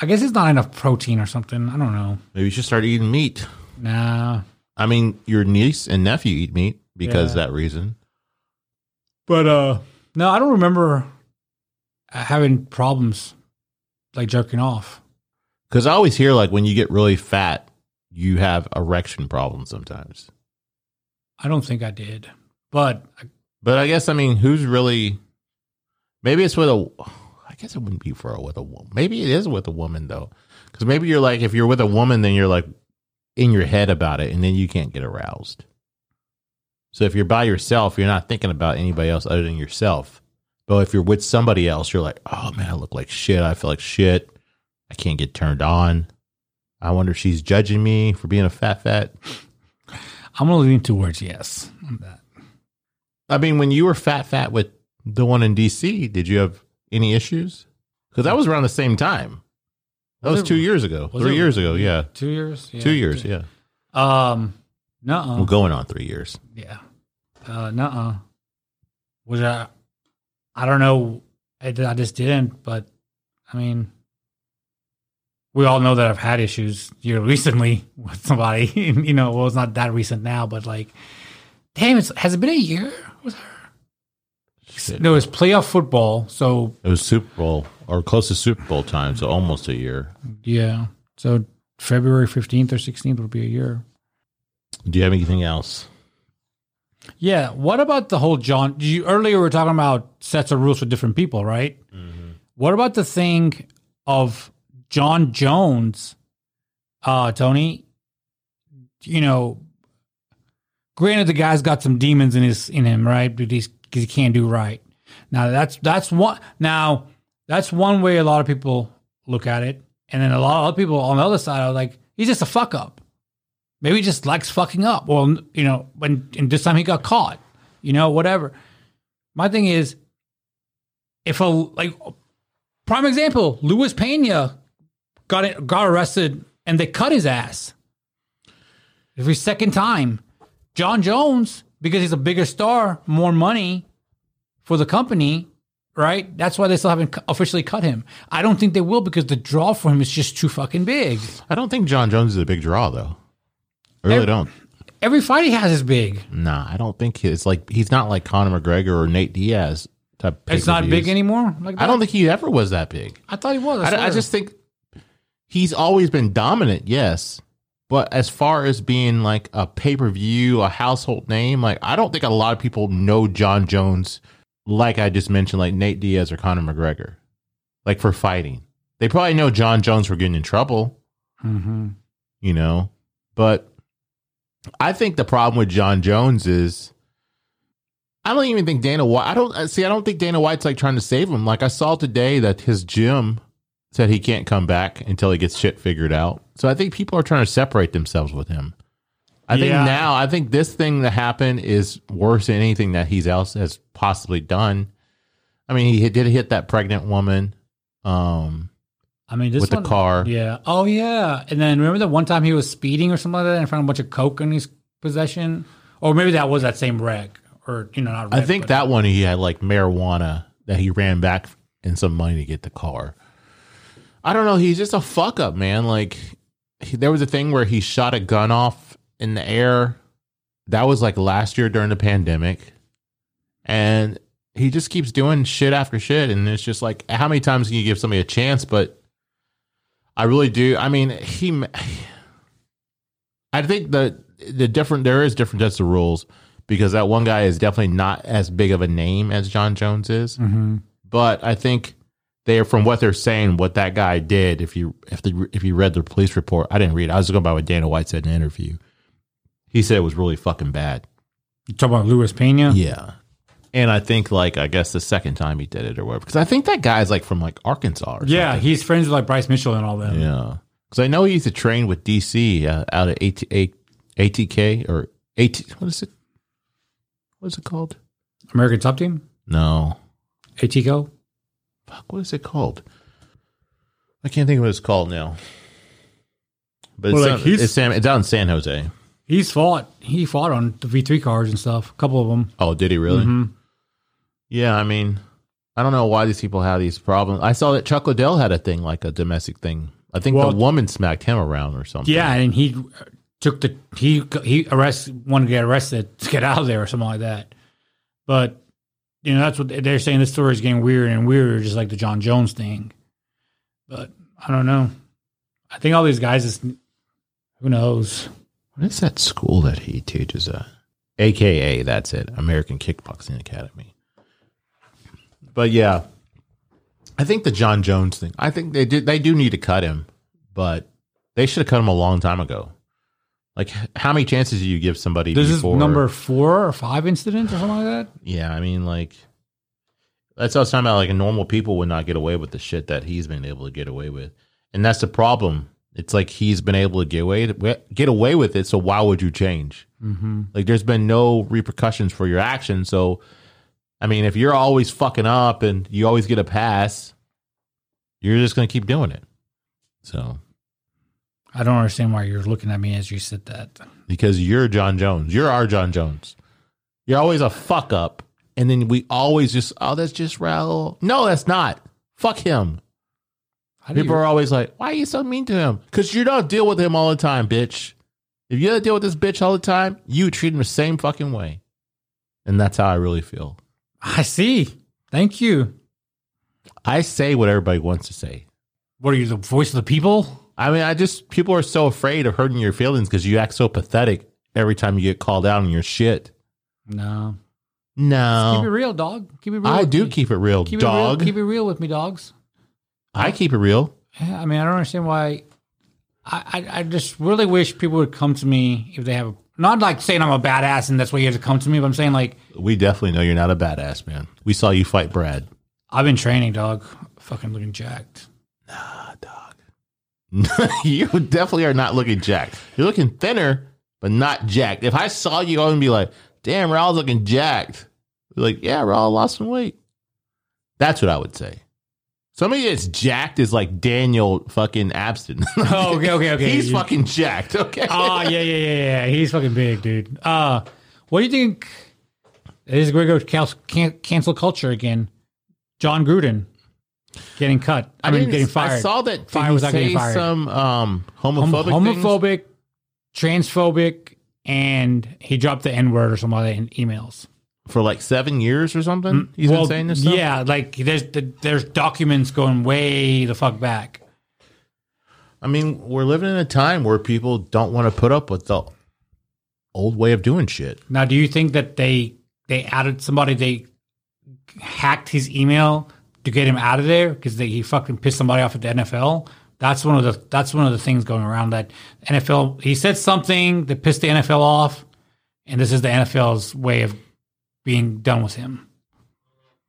[SPEAKER 2] I guess it's not enough protein or something. I don't know.
[SPEAKER 1] Maybe you should start eating meat.
[SPEAKER 2] Nah.
[SPEAKER 1] I mean, your niece and nephew eat meat because
[SPEAKER 2] Yeah.
[SPEAKER 1] that reason.
[SPEAKER 2] But, uh, no, I don't remember having problems like jerking off.
[SPEAKER 1] Because I always hear like when you get really fat, you have erection problems sometimes.
[SPEAKER 2] I don't think I did. But
[SPEAKER 1] But I guess I mean, who's really? Maybe it's with a. I guess it wouldn't be for a, with a woman. Maybe it is with a woman though, because maybe you're like if you're with a woman, then you're like in your head about it, and then you can't get aroused. So if you're by yourself, you're not thinking about anybody else other than yourself. But if you're with somebody else, you're like, oh man, I look like shit. I feel like shit. I can't get turned on. I wonder if she's judging me for being a fat fat.
[SPEAKER 2] I'm gonna lean towards yes on that.
[SPEAKER 1] I mean, when you were fat fat with the one in DC, did you have any issues? Because that was around the same time. That was,
[SPEAKER 2] Was it-
[SPEAKER 1] two years ago,
[SPEAKER 2] was
[SPEAKER 1] three
[SPEAKER 2] it-
[SPEAKER 1] years ago. Yeah,
[SPEAKER 2] Two years. Yeah,
[SPEAKER 1] two years. Yeah,
[SPEAKER 2] Um. No.
[SPEAKER 1] well, going on three years.
[SPEAKER 2] Yeah. Uh, nuh-uh. Which I, I don't know. I, I just didn't, but I mean, we all know that I've had issues here recently with somebody. you know, well, it's not that recent now, but like, damn, it's, has it been a year? Was
[SPEAKER 1] Shit.
[SPEAKER 2] No, it's playoff football. So,
[SPEAKER 1] It was Super Bowl or close to Super Bowl time, so almost a year.
[SPEAKER 2] yeah. So February 15th or 16th would be a year.
[SPEAKER 1] Do you have anything else?
[SPEAKER 2] Yeah. What about the whole John? You earlier we were talking about sets of rules for different people, right? What about the thing of John Jones, uh, Tony? You know, granted the guy's got some demons in his in him, right? But he's 'cause he can't do right. Now that's that's one. Now that's one way a lot of people look at it, and then a lot of other people on the other side are like, he's just a fuck up. Maybe he just likes fucking up. Well, you know, when and this time he got caught, you know, whatever. My thing is, if a like prime example, Luis Pena got it, got arrested and they cut his ass. Every second time, John Jones because he's a bigger star, more money for the company, right? That's why they still haven't cu- officially cut him. I don't think they will because the draw for him is just too fucking big.
[SPEAKER 1] I don't think John Jones is a big draw though. I really
[SPEAKER 2] Ev-
[SPEAKER 1] don't.
[SPEAKER 2] Every fight he has is big.
[SPEAKER 1] Nah, I don't think it's like he's not like Conor McGregor or Nate Diaz type.
[SPEAKER 2] It's not
[SPEAKER 1] pay-per-views.
[SPEAKER 2] big anymore. Like
[SPEAKER 1] I don't think he ever was that big.
[SPEAKER 2] I thought he was.
[SPEAKER 1] I, I
[SPEAKER 2] swear.
[SPEAKER 1] just think he's always been dominant, yes. But as far as being like a pay per view, a household name, like I don't think a lot of people know John Jones, like I just mentioned, like Nate Diaz or Conor McGregor, like for fighting. They probably know John Jones for getting in trouble,
[SPEAKER 2] Mhm.
[SPEAKER 1] you know. But I think the problem with John Jones is I don't even think Dana White. I don't uh, see. I don't think Dana White's like trying to save him. Like I saw today that his gym said he can't come back until he gets shit figured out. So I think people are trying to separate themselves with him. I think
[SPEAKER 2] Yeah.
[SPEAKER 1] now. I think this thing that happened is worse than anything that he's else has possibly done. I mean, he did hit that pregnant woman um,
[SPEAKER 2] I mean, this
[SPEAKER 1] with the
[SPEAKER 2] one-
[SPEAKER 1] car.
[SPEAKER 2] Yeah. Oh yeah. And then remember that one time he was speeding or something like that and found a bunch of coke in his possession, or maybe that was that same wreck, or you know, not.
[SPEAKER 1] I
[SPEAKER 2] wreck,
[SPEAKER 1] think
[SPEAKER 2] but-
[SPEAKER 1] that one he had like marijuana that he ran back and some money to get the car. I don't know. He's just a fuck up, man. Like he, there was a thing where he shot a gun off in the air. That was like last year during the pandemic, and he just keeps doing shit after shit. And it's just like, how many times can you give somebody a chance? But I really do. I mean, he. I think the the different there is different sets of rules because that one guy is definitely not as big of a name as John Jones is.
[SPEAKER 2] Mhm.
[SPEAKER 1] But I think they're from what they're saying, what that guy did. If you if the if you read the police report, I didn't read. it. I was just going by what Dana White said in an interview. He said it was really fucking bad.
[SPEAKER 2] You talking about Luis Pena?
[SPEAKER 1] Yeah. And I think like I guess the second time he did it or whatever because I think that guy's like from like Arkansas. Or
[SPEAKER 2] Yeah, he's friends with like Bryce Mitchell and all them.
[SPEAKER 1] something. yeah. Because I know he used to train with DC uh, out of AT, ATK or AT. What is it? What is it called?
[SPEAKER 2] American Top Team,
[SPEAKER 1] No,
[SPEAKER 2] Atico.
[SPEAKER 1] fuck, what is it called? I can't think of what it's called now. But
[SPEAKER 2] Well,
[SPEAKER 1] it's,
[SPEAKER 2] like,
[SPEAKER 1] down-
[SPEAKER 2] he's-
[SPEAKER 1] it's, Sam, it's down in San Jose.
[SPEAKER 2] He's fought. He fought on the V three cars and stuff. A couple of them.
[SPEAKER 1] Oh, did he really?
[SPEAKER 2] Mhm.
[SPEAKER 1] Yeah, I mean, I don't know why these people have these problems. I saw that Chuck Liddell had a thing, like a domestic thing. I think
[SPEAKER 2] Well-
[SPEAKER 1] the woman smacked him around or something.
[SPEAKER 2] Yeah, and he took the he he arrest wanted to get arrested to get out of there or something like that. But you know that's what they're saying. This story is getting weirder and weirder, just like the John Jones thing. But I don't know. I think all these guys is who knows.
[SPEAKER 1] What is that school that he teaches at? AKA, that's it, American Kickboxing Academy. But yeah, I think the John Jones thing. I think they did. They do need to cut him, but they should have cut him a long time ago. Like, h- how many chances do you give somebody?
[SPEAKER 2] This is
[SPEAKER 1] before-
[SPEAKER 2] number four or five incident or something like that.
[SPEAKER 1] Yeah, I mean, like that's what I was talking about. Like, normal people would not get away with the shit that he's been able to get away with, and that's the problem. It's like he's been able to get away get away with it. So why would you change?
[SPEAKER 2] Mm-hmm.
[SPEAKER 1] Like there's been no repercussions for your action. So, I mean, if you're always fucking up and you always get a pass, you're just gonna keep doing it. So
[SPEAKER 2] I don't understand why you're looking at me as you said that.
[SPEAKER 1] because you're John Jones, you're our John Jones. You're always a fuck up, and then we always just oh that's just Raul. No, that's not. Fuck him.
[SPEAKER 2] How do
[SPEAKER 1] People
[SPEAKER 2] you,
[SPEAKER 1] are always like, why are you so mean to him? Because you don't deal with him all the time, bitch. If you don't deal with this bitch all the time, you treat him the same fucking way. And that's how I really feel.
[SPEAKER 2] I see. Thank you.
[SPEAKER 1] I say what everybody wants to say.
[SPEAKER 2] What are you, the voice of the people?
[SPEAKER 1] I mean, I just, people are so afraid of hurting your feelings because you act so pathetic every time you get called out on your shit.
[SPEAKER 2] No. Keep it
[SPEAKER 1] No.
[SPEAKER 2] real, dog. Keep it real.
[SPEAKER 1] I
[SPEAKER 2] with
[SPEAKER 1] do
[SPEAKER 2] me.
[SPEAKER 1] keep it real,
[SPEAKER 2] Keep
[SPEAKER 1] dog.
[SPEAKER 2] It real, keep it real with me, dogs.
[SPEAKER 1] I keep it real.
[SPEAKER 2] Yeah, I mean, I don't understand why. I, I, I just really wish people would come to me if they have a, not like saying I'm a badass and that's why you have to come to me, but I'm saying like
[SPEAKER 1] We definitely know you're not a badass, man. We saw you fight Brad.
[SPEAKER 2] I've been training, dog. Fucking looking jacked.
[SPEAKER 1] you definitely are not looking jacked. You're looking thinner, but not jacked. If I saw you, I would be like, damn, Raul's looking jacked. Be like, yeah, Raul lost some weight. That's what I would say. Somebody that's jacked is like Daniel fucking Abston.
[SPEAKER 2] Oh, okay, okay, okay.
[SPEAKER 1] He's
[SPEAKER 2] You-
[SPEAKER 1] fucking jacked. Okay.
[SPEAKER 2] Oh, yeah, yeah, yeah, yeah. He's fucking big, dude. Uh, what do you think? This is going to go cal- can- cancel culture again. John Gruden getting cut. I, mean,
[SPEAKER 1] didn't-
[SPEAKER 2] getting fired.
[SPEAKER 1] I saw that.
[SPEAKER 2] Fired
[SPEAKER 1] Fired was
[SPEAKER 2] without getting
[SPEAKER 1] say
[SPEAKER 2] fired.
[SPEAKER 1] some um, homophobic.
[SPEAKER 2] Hom-
[SPEAKER 1] things?
[SPEAKER 2] homophobic, transphobic, and he dropped the N word or some other in emails.
[SPEAKER 1] for like seven years or
[SPEAKER 2] Mm,
[SPEAKER 1] something. He's been saying this. Stuff?
[SPEAKER 2] yeah, like there's there's documents going way the fuck back.
[SPEAKER 1] I mean, we're living in a time where people don't want to put up with the old way of doing shit.
[SPEAKER 2] Now, do you think that they they added somebody? They hacked his email to get him out of there because he fucking pissed somebody off at the NFL. That's one of the that's one of the things going around that NFL. He said something that pissed the NFL off, and this is the NFL's way of being done with him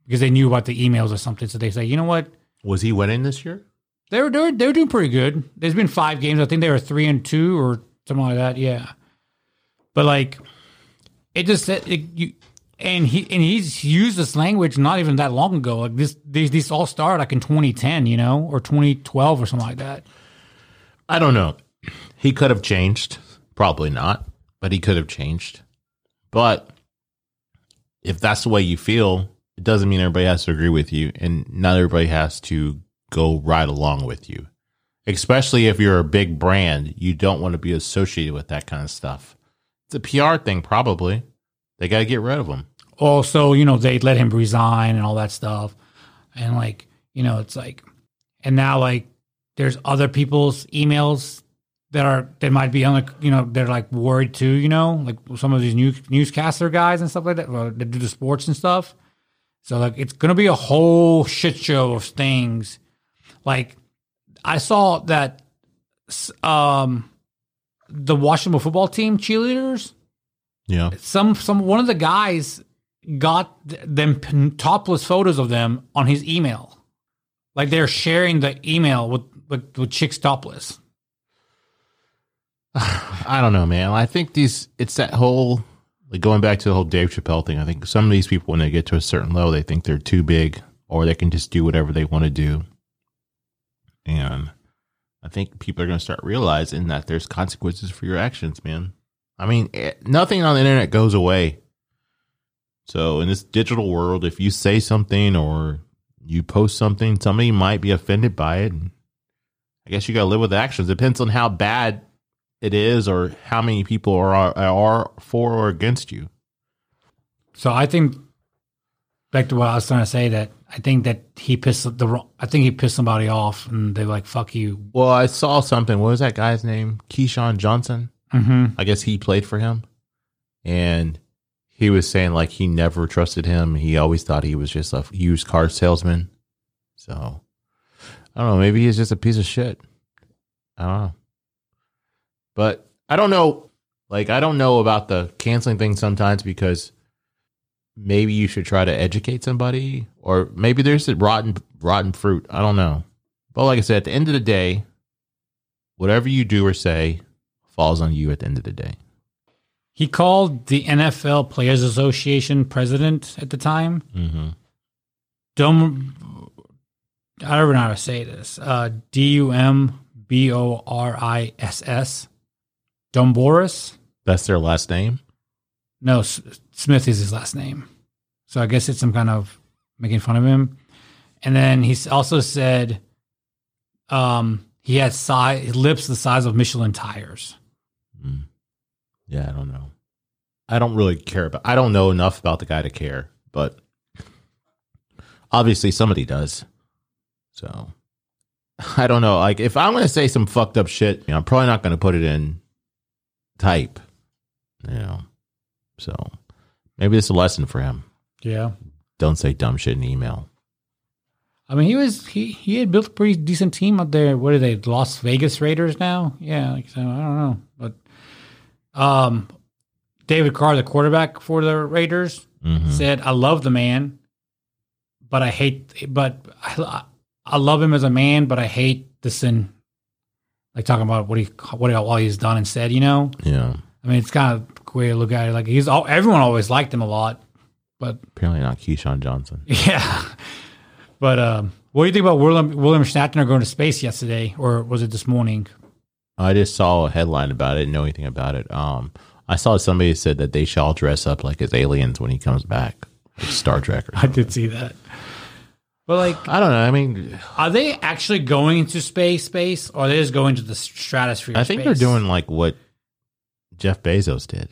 [SPEAKER 2] because they knew about the emails or something. So they say, you know what?
[SPEAKER 1] Was he winning this year?
[SPEAKER 2] They were doing they were doing pretty good. There's been five games. I think they were three and two or something like that. Yeah, but like it just it, it, you and he and he's used this language not even that long ago. Like this these these all started like in 2010, you know, or 2012 or something like that.
[SPEAKER 1] I don't know. He could have changed. Probably not, but he could have changed. But if that's the way you feel, it doesn't mean everybody has to agree with you, and not everybody has to go right along with you. Especially if you're a big brand, you don't want to be associated with that kind of stuff. It's a PR thing, probably. They got to get rid of him.
[SPEAKER 2] also, you know, they let him resign and all that stuff. And like, you know, it's like and now like there's other people's emails that are that might be on the you know, they're like worried too, you know, like some of these new newscaster guys and stuff like that well, that do the sports and stuff. So like it's gonna be a whole shit show of things. Like I saw that s- um the Washington football team cheerleaders
[SPEAKER 1] Yeah.
[SPEAKER 2] some some one of the guys got th- them p- topless photos of them on his email. Like they're sharing the email with with, with chicks topless.
[SPEAKER 1] I don't know, man. I think these it's that whole like going back to the whole Dave Chappelle thing. I think some of these people when they get to a certain level, they think they're too big or they can just do whatever they want to do. And I think people are going to start realizing that there's consequences for your actions, man. I mean, eh, nothing on the internet goes away. So in this digital world, if you say something or you post something, somebody might be offended by it. And I guess you got to live with the actions. Depends on how bad it is or how many people are are for or against you.
[SPEAKER 2] So I think back to what I was trying to say that I think that he pissed the wrong. I think he pissed somebody off, and they're like, "Fuck you."
[SPEAKER 1] Well, I saw something. What was that guy's name? Keyshawn Johnson.
[SPEAKER 2] Mm-hmm.
[SPEAKER 1] I guess he played for him, and he was saying like he never trusted him. He always thought he was just a used car salesman. So I don't know. Maybe he's just a piece of shit. I don't know. But I don't know. Like I don't know about the canceling thing sometimes because maybe you should try to educate somebody, or maybe there's the rotten rotten fruit. I don't know. But like I said, at the end of the day, whatever you do or say falls on you at the end of the day.
[SPEAKER 2] He called the NFL Players Association president at the time.
[SPEAKER 1] Mm-hmm.
[SPEAKER 2] Dum, I don't know how to say this. Uh, D U M B O R I S S. Dumboris?
[SPEAKER 1] That's their last name.
[SPEAKER 2] No, S- Smith is his last name. So I guess it's some kind of making fun of him. And then he s- also said um, he had si- lips the size of Michelin tires.
[SPEAKER 1] Mm. Yeah, I don't know. I don't really care about. I don't know enough about the guy to care, but obviously somebody does. So I don't know. Like if I'm going to say some fucked up shit, you know, I'm probably not going to put it in type. You know, so maybe it's a lesson for him.
[SPEAKER 2] Yeah.
[SPEAKER 1] Don't say dumb shit in email.
[SPEAKER 2] I mean, he was he, he had built a pretty decent team out there. What are they, Las Vegas Raiders now? Yeah, like, so I don't know, but um, David Carr, the quarterback for the Raiders,
[SPEAKER 1] Mhm.
[SPEAKER 2] said, "I love the man, but I hate, but I, I love him as a man, but I hate the sin." Like talking about what he what all he's done and said, you know.
[SPEAKER 1] Yeah,
[SPEAKER 2] I mean, it's kind of a way to look at it. Like he's all, everyone always liked him a lot, but
[SPEAKER 1] apparently not Keyshawn Johnson.
[SPEAKER 2] yeah. But um, what do you think about William William Shatner going to space yesterday, or was it this morning?
[SPEAKER 1] I just saw a headline about it, didn't know anything about it. Um, I saw somebody said that they shall dress up like as aliens when he comes back, like Star Trek. Or
[SPEAKER 2] I did see that. But like,
[SPEAKER 1] I don't know. I mean,
[SPEAKER 2] are they actually going into space, space, or are they just going to the stratosphere?
[SPEAKER 1] I think
[SPEAKER 2] space?
[SPEAKER 1] they're doing like what Jeff Bezos did,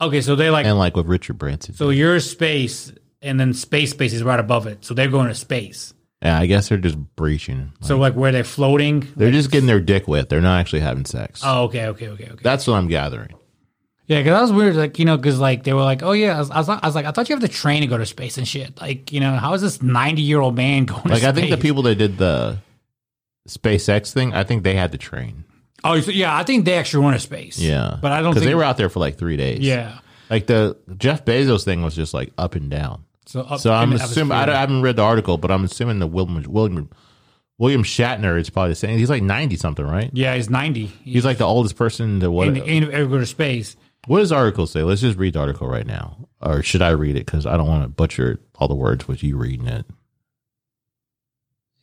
[SPEAKER 2] okay. So they like
[SPEAKER 1] and like what Richard Branson.
[SPEAKER 2] so
[SPEAKER 1] did.
[SPEAKER 2] you're space, and then space, space is right above it. So they're going to space.
[SPEAKER 1] yeah, I guess they're just breaching. Like,
[SPEAKER 2] So like, where they're floating.
[SPEAKER 1] they're just getting their dick wet. They're not actually having sex.
[SPEAKER 2] Oh, okay, okay, okay, okay.
[SPEAKER 1] That's what I'm gathering.
[SPEAKER 2] Yeah, because that was weird. Like you know, because like they were like, oh yeah, I was, I was, I was like, I thought you have to train to go to space and shit. Like you know, how is this ninety year old man going?
[SPEAKER 1] Like
[SPEAKER 2] to
[SPEAKER 1] I think the
[SPEAKER 2] space?
[SPEAKER 1] people that did the SpaceX thing, I think they had to train.
[SPEAKER 2] Oh so, yeah, I think they actually went to space.
[SPEAKER 1] Yeah,
[SPEAKER 2] but I don't
[SPEAKER 1] because
[SPEAKER 2] think
[SPEAKER 1] they were out there for like three days.
[SPEAKER 2] Yeah,
[SPEAKER 1] like the Jeff Bezos thing was just like up and down.
[SPEAKER 2] so up
[SPEAKER 1] So I'm
[SPEAKER 2] in the
[SPEAKER 1] assuming I,
[SPEAKER 2] atmosphere.
[SPEAKER 1] don't- I haven't read the article, but I'm assuming the William William William Shatner is probably the same. He's like ninety something, right?
[SPEAKER 2] yeah, he's ninety.
[SPEAKER 1] He's like the oldest person to what?
[SPEAKER 2] in, in, ever go to space.
[SPEAKER 1] what does the article say? Let's just read the article right now, or should I read it? Because I don't want to butcher all the words with you reading it.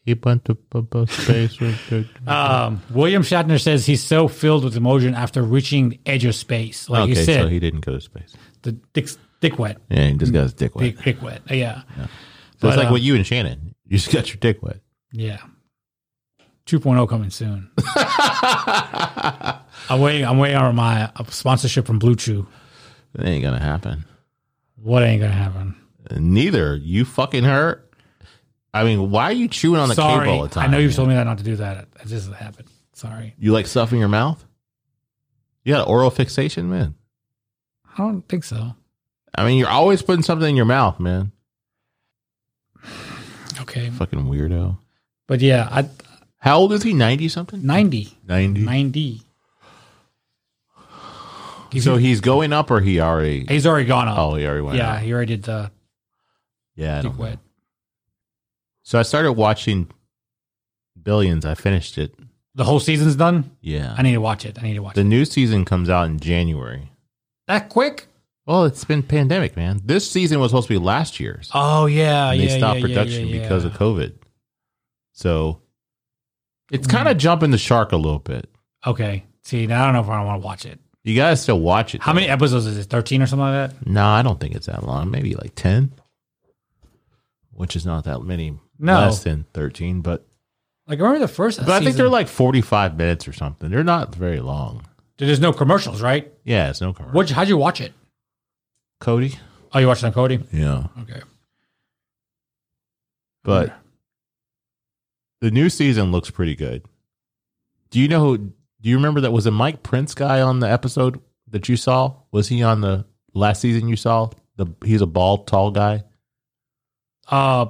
[SPEAKER 1] He went to bu- bu- space. with the-
[SPEAKER 2] Um, William Shatner says he's so filled with emotion after reaching the edge of space. Like you
[SPEAKER 1] okay,
[SPEAKER 2] said,
[SPEAKER 1] so he didn't go to space.
[SPEAKER 2] the dick, dick wet,
[SPEAKER 1] Yeah, he just got his dick wet.
[SPEAKER 2] dick, dick wet. Yeah,
[SPEAKER 1] So it's
[SPEAKER 2] but,
[SPEAKER 1] like
[SPEAKER 2] um,
[SPEAKER 1] what you and Shannon. You just got your dick wet.
[SPEAKER 2] yeah. 2.0 coming soon. I'm waiting. I'm waiting on my uh, sponsorship from Blue Chew.
[SPEAKER 1] That ain't gonna happen.
[SPEAKER 2] What ain't gonna happen?
[SPEAKER 1] Neither you fucking her. I mean, why are you chewing on the
[SPEAKER 2] Sorry,
[SPEAKER 1] cable all the time?
[SPEAKER 2] I know you've
[SPEAKER 1] man?
[SPEAKER 2] told me that not to do that. That just doesn't happen. Sorry,
[SPEAKER 1] You like stuff in your mouth? You got an oral fixation, man.
[SPEAKER 2] I don't think so.
[SPEAKER 1] I mean, you're always putting something in your mouth, man.
[SPEAKER 2] Okay,
[SPEAKER 1] Fucking weirdo.
[SPEAKER 2] but yeah, I
[SPEAKER 1] How old is he? Ninety something?
[SPEAKER 2] 90.
[SPEAKER 1] Ninety.
[SPEAKER 2] 90. He's,
[SPEAKER 1] So he's going up, or he already?
[SPEAKER 2] he's already gone up.
[SPEAKER 1] Oh, he already went.
[SPEAKER 2] yeah,
[SPEAKER 1] Up.
[SPEAKER 2] he already did the
[SPEAKER 1] Yeah. I
[SPEAKER 2] dick
[SPEAKER 1] don't know.
[SPEAKER 2] wet.
[SPEAKER 1] So I started watching Billions. I finished it.
[SPEAKER 2] The whole season's done. I
[SPEAKER 1] Yeah.
[SPEAKER 2] need to watch it. I need to watch
[SPEAKER 1] The
[SPEAKER 2] it.
[SPEAKER 1] new season comes out in January.
[SPEAKER 2] That quick?
[SPEAKER 1] Well, it's been pandemic, man. This season was supposed to be last year's.
[SPEAKER 2] Oh yeah,
[SPEAKER 1] and
[SPEAKER 2] yeah.
[SPEAKER 1] they stopped
[SPEAKER 2] yeah, yeah,
[SPEAKER 1] production
[SPEAKER 2] yeah, yeah.
[SPEAKER 1] because of COVID. So it's
[SPEAKER 2] Hmm.
[SPEAKER 1] kind of jumping the shark a little bit.
[SPEAKER 2] Okay. See, now I don't know if I want to watch it.
[SPEAKER 1] You gotta still watch it.
[SPEAKER 2] How many episodes is it? Thirteen or something like that?
[SPEAKER 1] No, I don't think it's that long. Maybe like ten, which is not that many.
[SPEAKER 2] No.
[SPEAKER 1] less than thirteen. But
[SPEAKER 2] Like remember the first?
[SPEAKER 1] but I think they're
[SPEAKER 2] season?
[SPEAKER 1] like forty-five minutes or something. They're not very long.
[SPEAKER 2] There's no commercials, right?
[SPEAKER 1] Yeah, it's no commercial.
[SPEAKER 2] What? How'd you watch it?
[SPEAKER 1] Cody?
[SPEAKER 2] Oh, you watched it on Cody?
[SPEAKER 1] Yeah,
[SPEAKER 2] Okay.
[SPEAKER 1] but the new season looks pretty good. Do you know who? Do you remember that was a Mike Prince guy on the episode that you saw? Was he on the last season you saw? The he's a bald, tall guy.
[SPEAKER 2] Uh,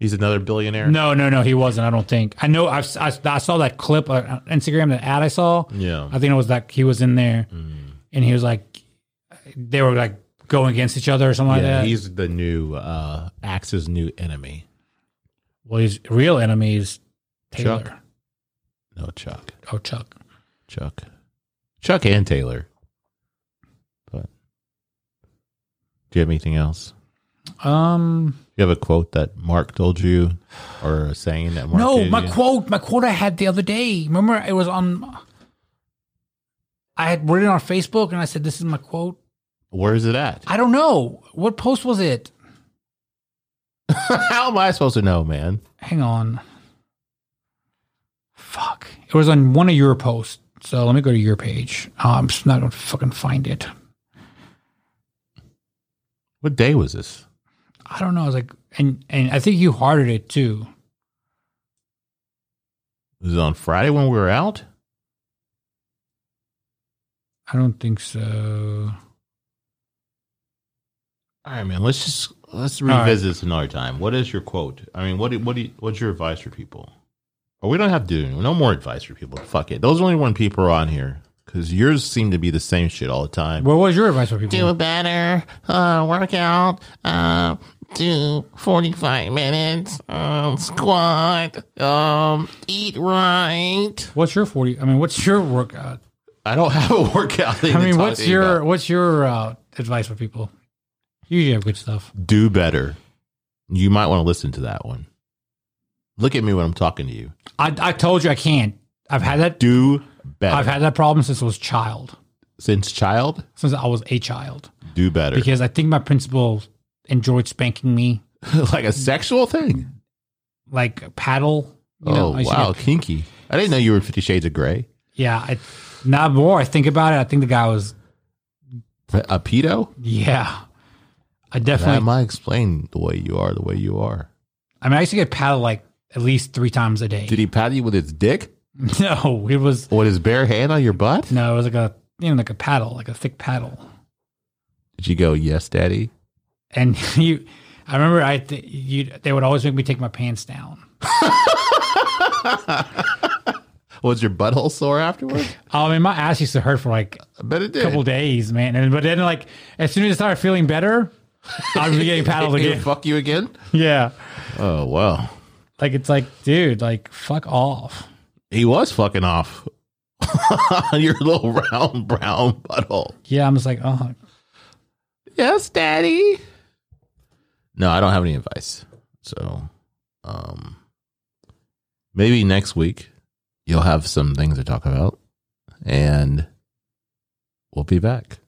[SPEAKER 1] He's another billionaire.
[SPEAKER 2] no, no, no, he wasn't. I don't think. I know. I've, I, I saw that clip on Instagram, that ad I saw.
[SPEAKER 1] Yeah.
[SPEAKER 2] I think it was that he was in there,
[SPEAKER 1] Mm.
[SPEAKER 2] and he was like, they were like going against each other or something
[SPEAKER 1] yeah,
[SPEAKER 2] like that.
[SPEAKER 1] he's the new uh Axe's new enemy.
[SPEAKER 2] Well, his real enemy is Taylor.
[SPEAKER 1] Chuck. No, Chuck.
[SPEAKER 2] Oh, Chuck.
[SPEAKER 1] Chuck, Chuck, and Taylor. But do you have anything else?
[SPEAKER 2] Um,
[SPEAKER 1] Do you have a quote that Mark told you, or a saying that Mark?
[SPEAKER 2] no,
[SPEAKER 1] gave
[SPEAKER 2] my
[SPEAKER 1] you?
[SPEAKER 2] quote, my quote I had the other day. Remember, it was on. I had written it on Facebook, and I said, "This is my quote."
[SPEAKER 1] Where is it at?
[SPEAKER 2] I don't know what post was it.
[SPEAKER 1] How am I supposed to know, man?
[SPEAKER 2] Hang on. Fuck! It was on one of your posts. So let me go to your page. Oh, I'm just not gonna fucking find it.
[SPEAKER 1] What day was this?
[SPEAKER 2] I don't know. It's like, and and I think you hearted it too.
[SPEAKER 1] Was it on Friday when we were out?
[SPEAKER 2] I don't think so.
[SPEAKER 1] All right, man. Let's just let's
[SPEAKER 2] right.
[SPEAKER 1] revisit this another time. What is your quote? I mean, what do, what do you, what's your advice for people? Or we don't have to do no more advice for people. Fuck it. Those are only one people are on here because yours seem to be the same shit all the time.
[SPEAKER 2] What was your advice for people?
[SPEAKER 3] do better, uh, workout, uh, do 45 minutes, um, squat, um, eat right.
[SPEAKER 2] What's your forty? I mean, what's your workout?
[SPEAKER 1] I don't have a workout. Thing
[SPEAKER 2] I
[SPEAKER 1] to
[SPEAKER 2] mean,
[SPEAKER 1] talk
[SPEAKER 2] what's
[SPEAKER 1] to you
[SPEAKER 2] your
[SPEAKER 1] about.
[SPEAKER 2] what's your uh, advice for people? You usually have good stuff.
[SPEAKER 1] do better? You might want to listen to that one. Look at me when I'm talking to you.
[SPEAKER 2] I I told you I can't. I've had that.
[SPEAKER 1] Do better.
[SPEAKER 2] I've had that problem since I was child.
[SPEAKER 1] Since child,
[SPEAKER 2] Since I was a child,
[SPEAKER 1] do better.
[SPEAKER 2] because I think my principal enjoyed spanking me
[SPEAKER 1] like a sexual thing.
[SPEAKER 2] like a paddle. You know,
[SPEAKER 1] oh
[SPEAKER 2] I used to
[SPEAKER 1] wow,
[SPEAKER 2] get-
[SPEAKER 1] kinky. I didn't know you were in Fifty Shades of Grey.
[SPEAKER 2] yeah. I, now the more I think about it, I think the guy was.
[SPEAKER 1] A pedo?
[SPEAKER 2] Yeah, I
[SPEAKER 1] That
[SPEAKER 2] definitely.
[SPEAKER 1] might explain the way you are the way you are.
[SPEAKER 2] I mean, I used to get paddled like at least three times a day.
[SPEAKER 1] Did he pat you with his dick?
[SPEAKER 2] no, it was
[SPEAKER 1] With his bare hand on your butt?
[SPEAKER 2] no, it was like a you know like a paddle, like a thick paddle.
[SPEAKER 1] Did you go, yes, daddy?
[SPEAKER 2] and you i remember i th- you they would always make me take my pants down
[SPEAKER 1] Was your butthole sore afterward?
[SPEAKER 2] i mean Oh, my ass used to hurt for like
[SPEAKER 1] I bet it did.
[SPEAKER 2] a couple days man and but then like as soon as i started feeling better i was getting paddled
[SPEAKER 1] Did he
[SPEAKER 2] again
[SPEAKER 1] fuck you again?
[SPEAKER 2] yeah
[SPEAKER 1] Oh, wow.
[SPEAKER 2] like it's like dude like fuck off
[SPEAKER 1] He was fucking off on your little round brown butthole.
[SPEAKER 2] yeah i'm just like oh
[SPEAKER 1] Yes, daddy. No, I don't have any advice. So, um, maybe next week you'll have some things to talk about and we'll be back.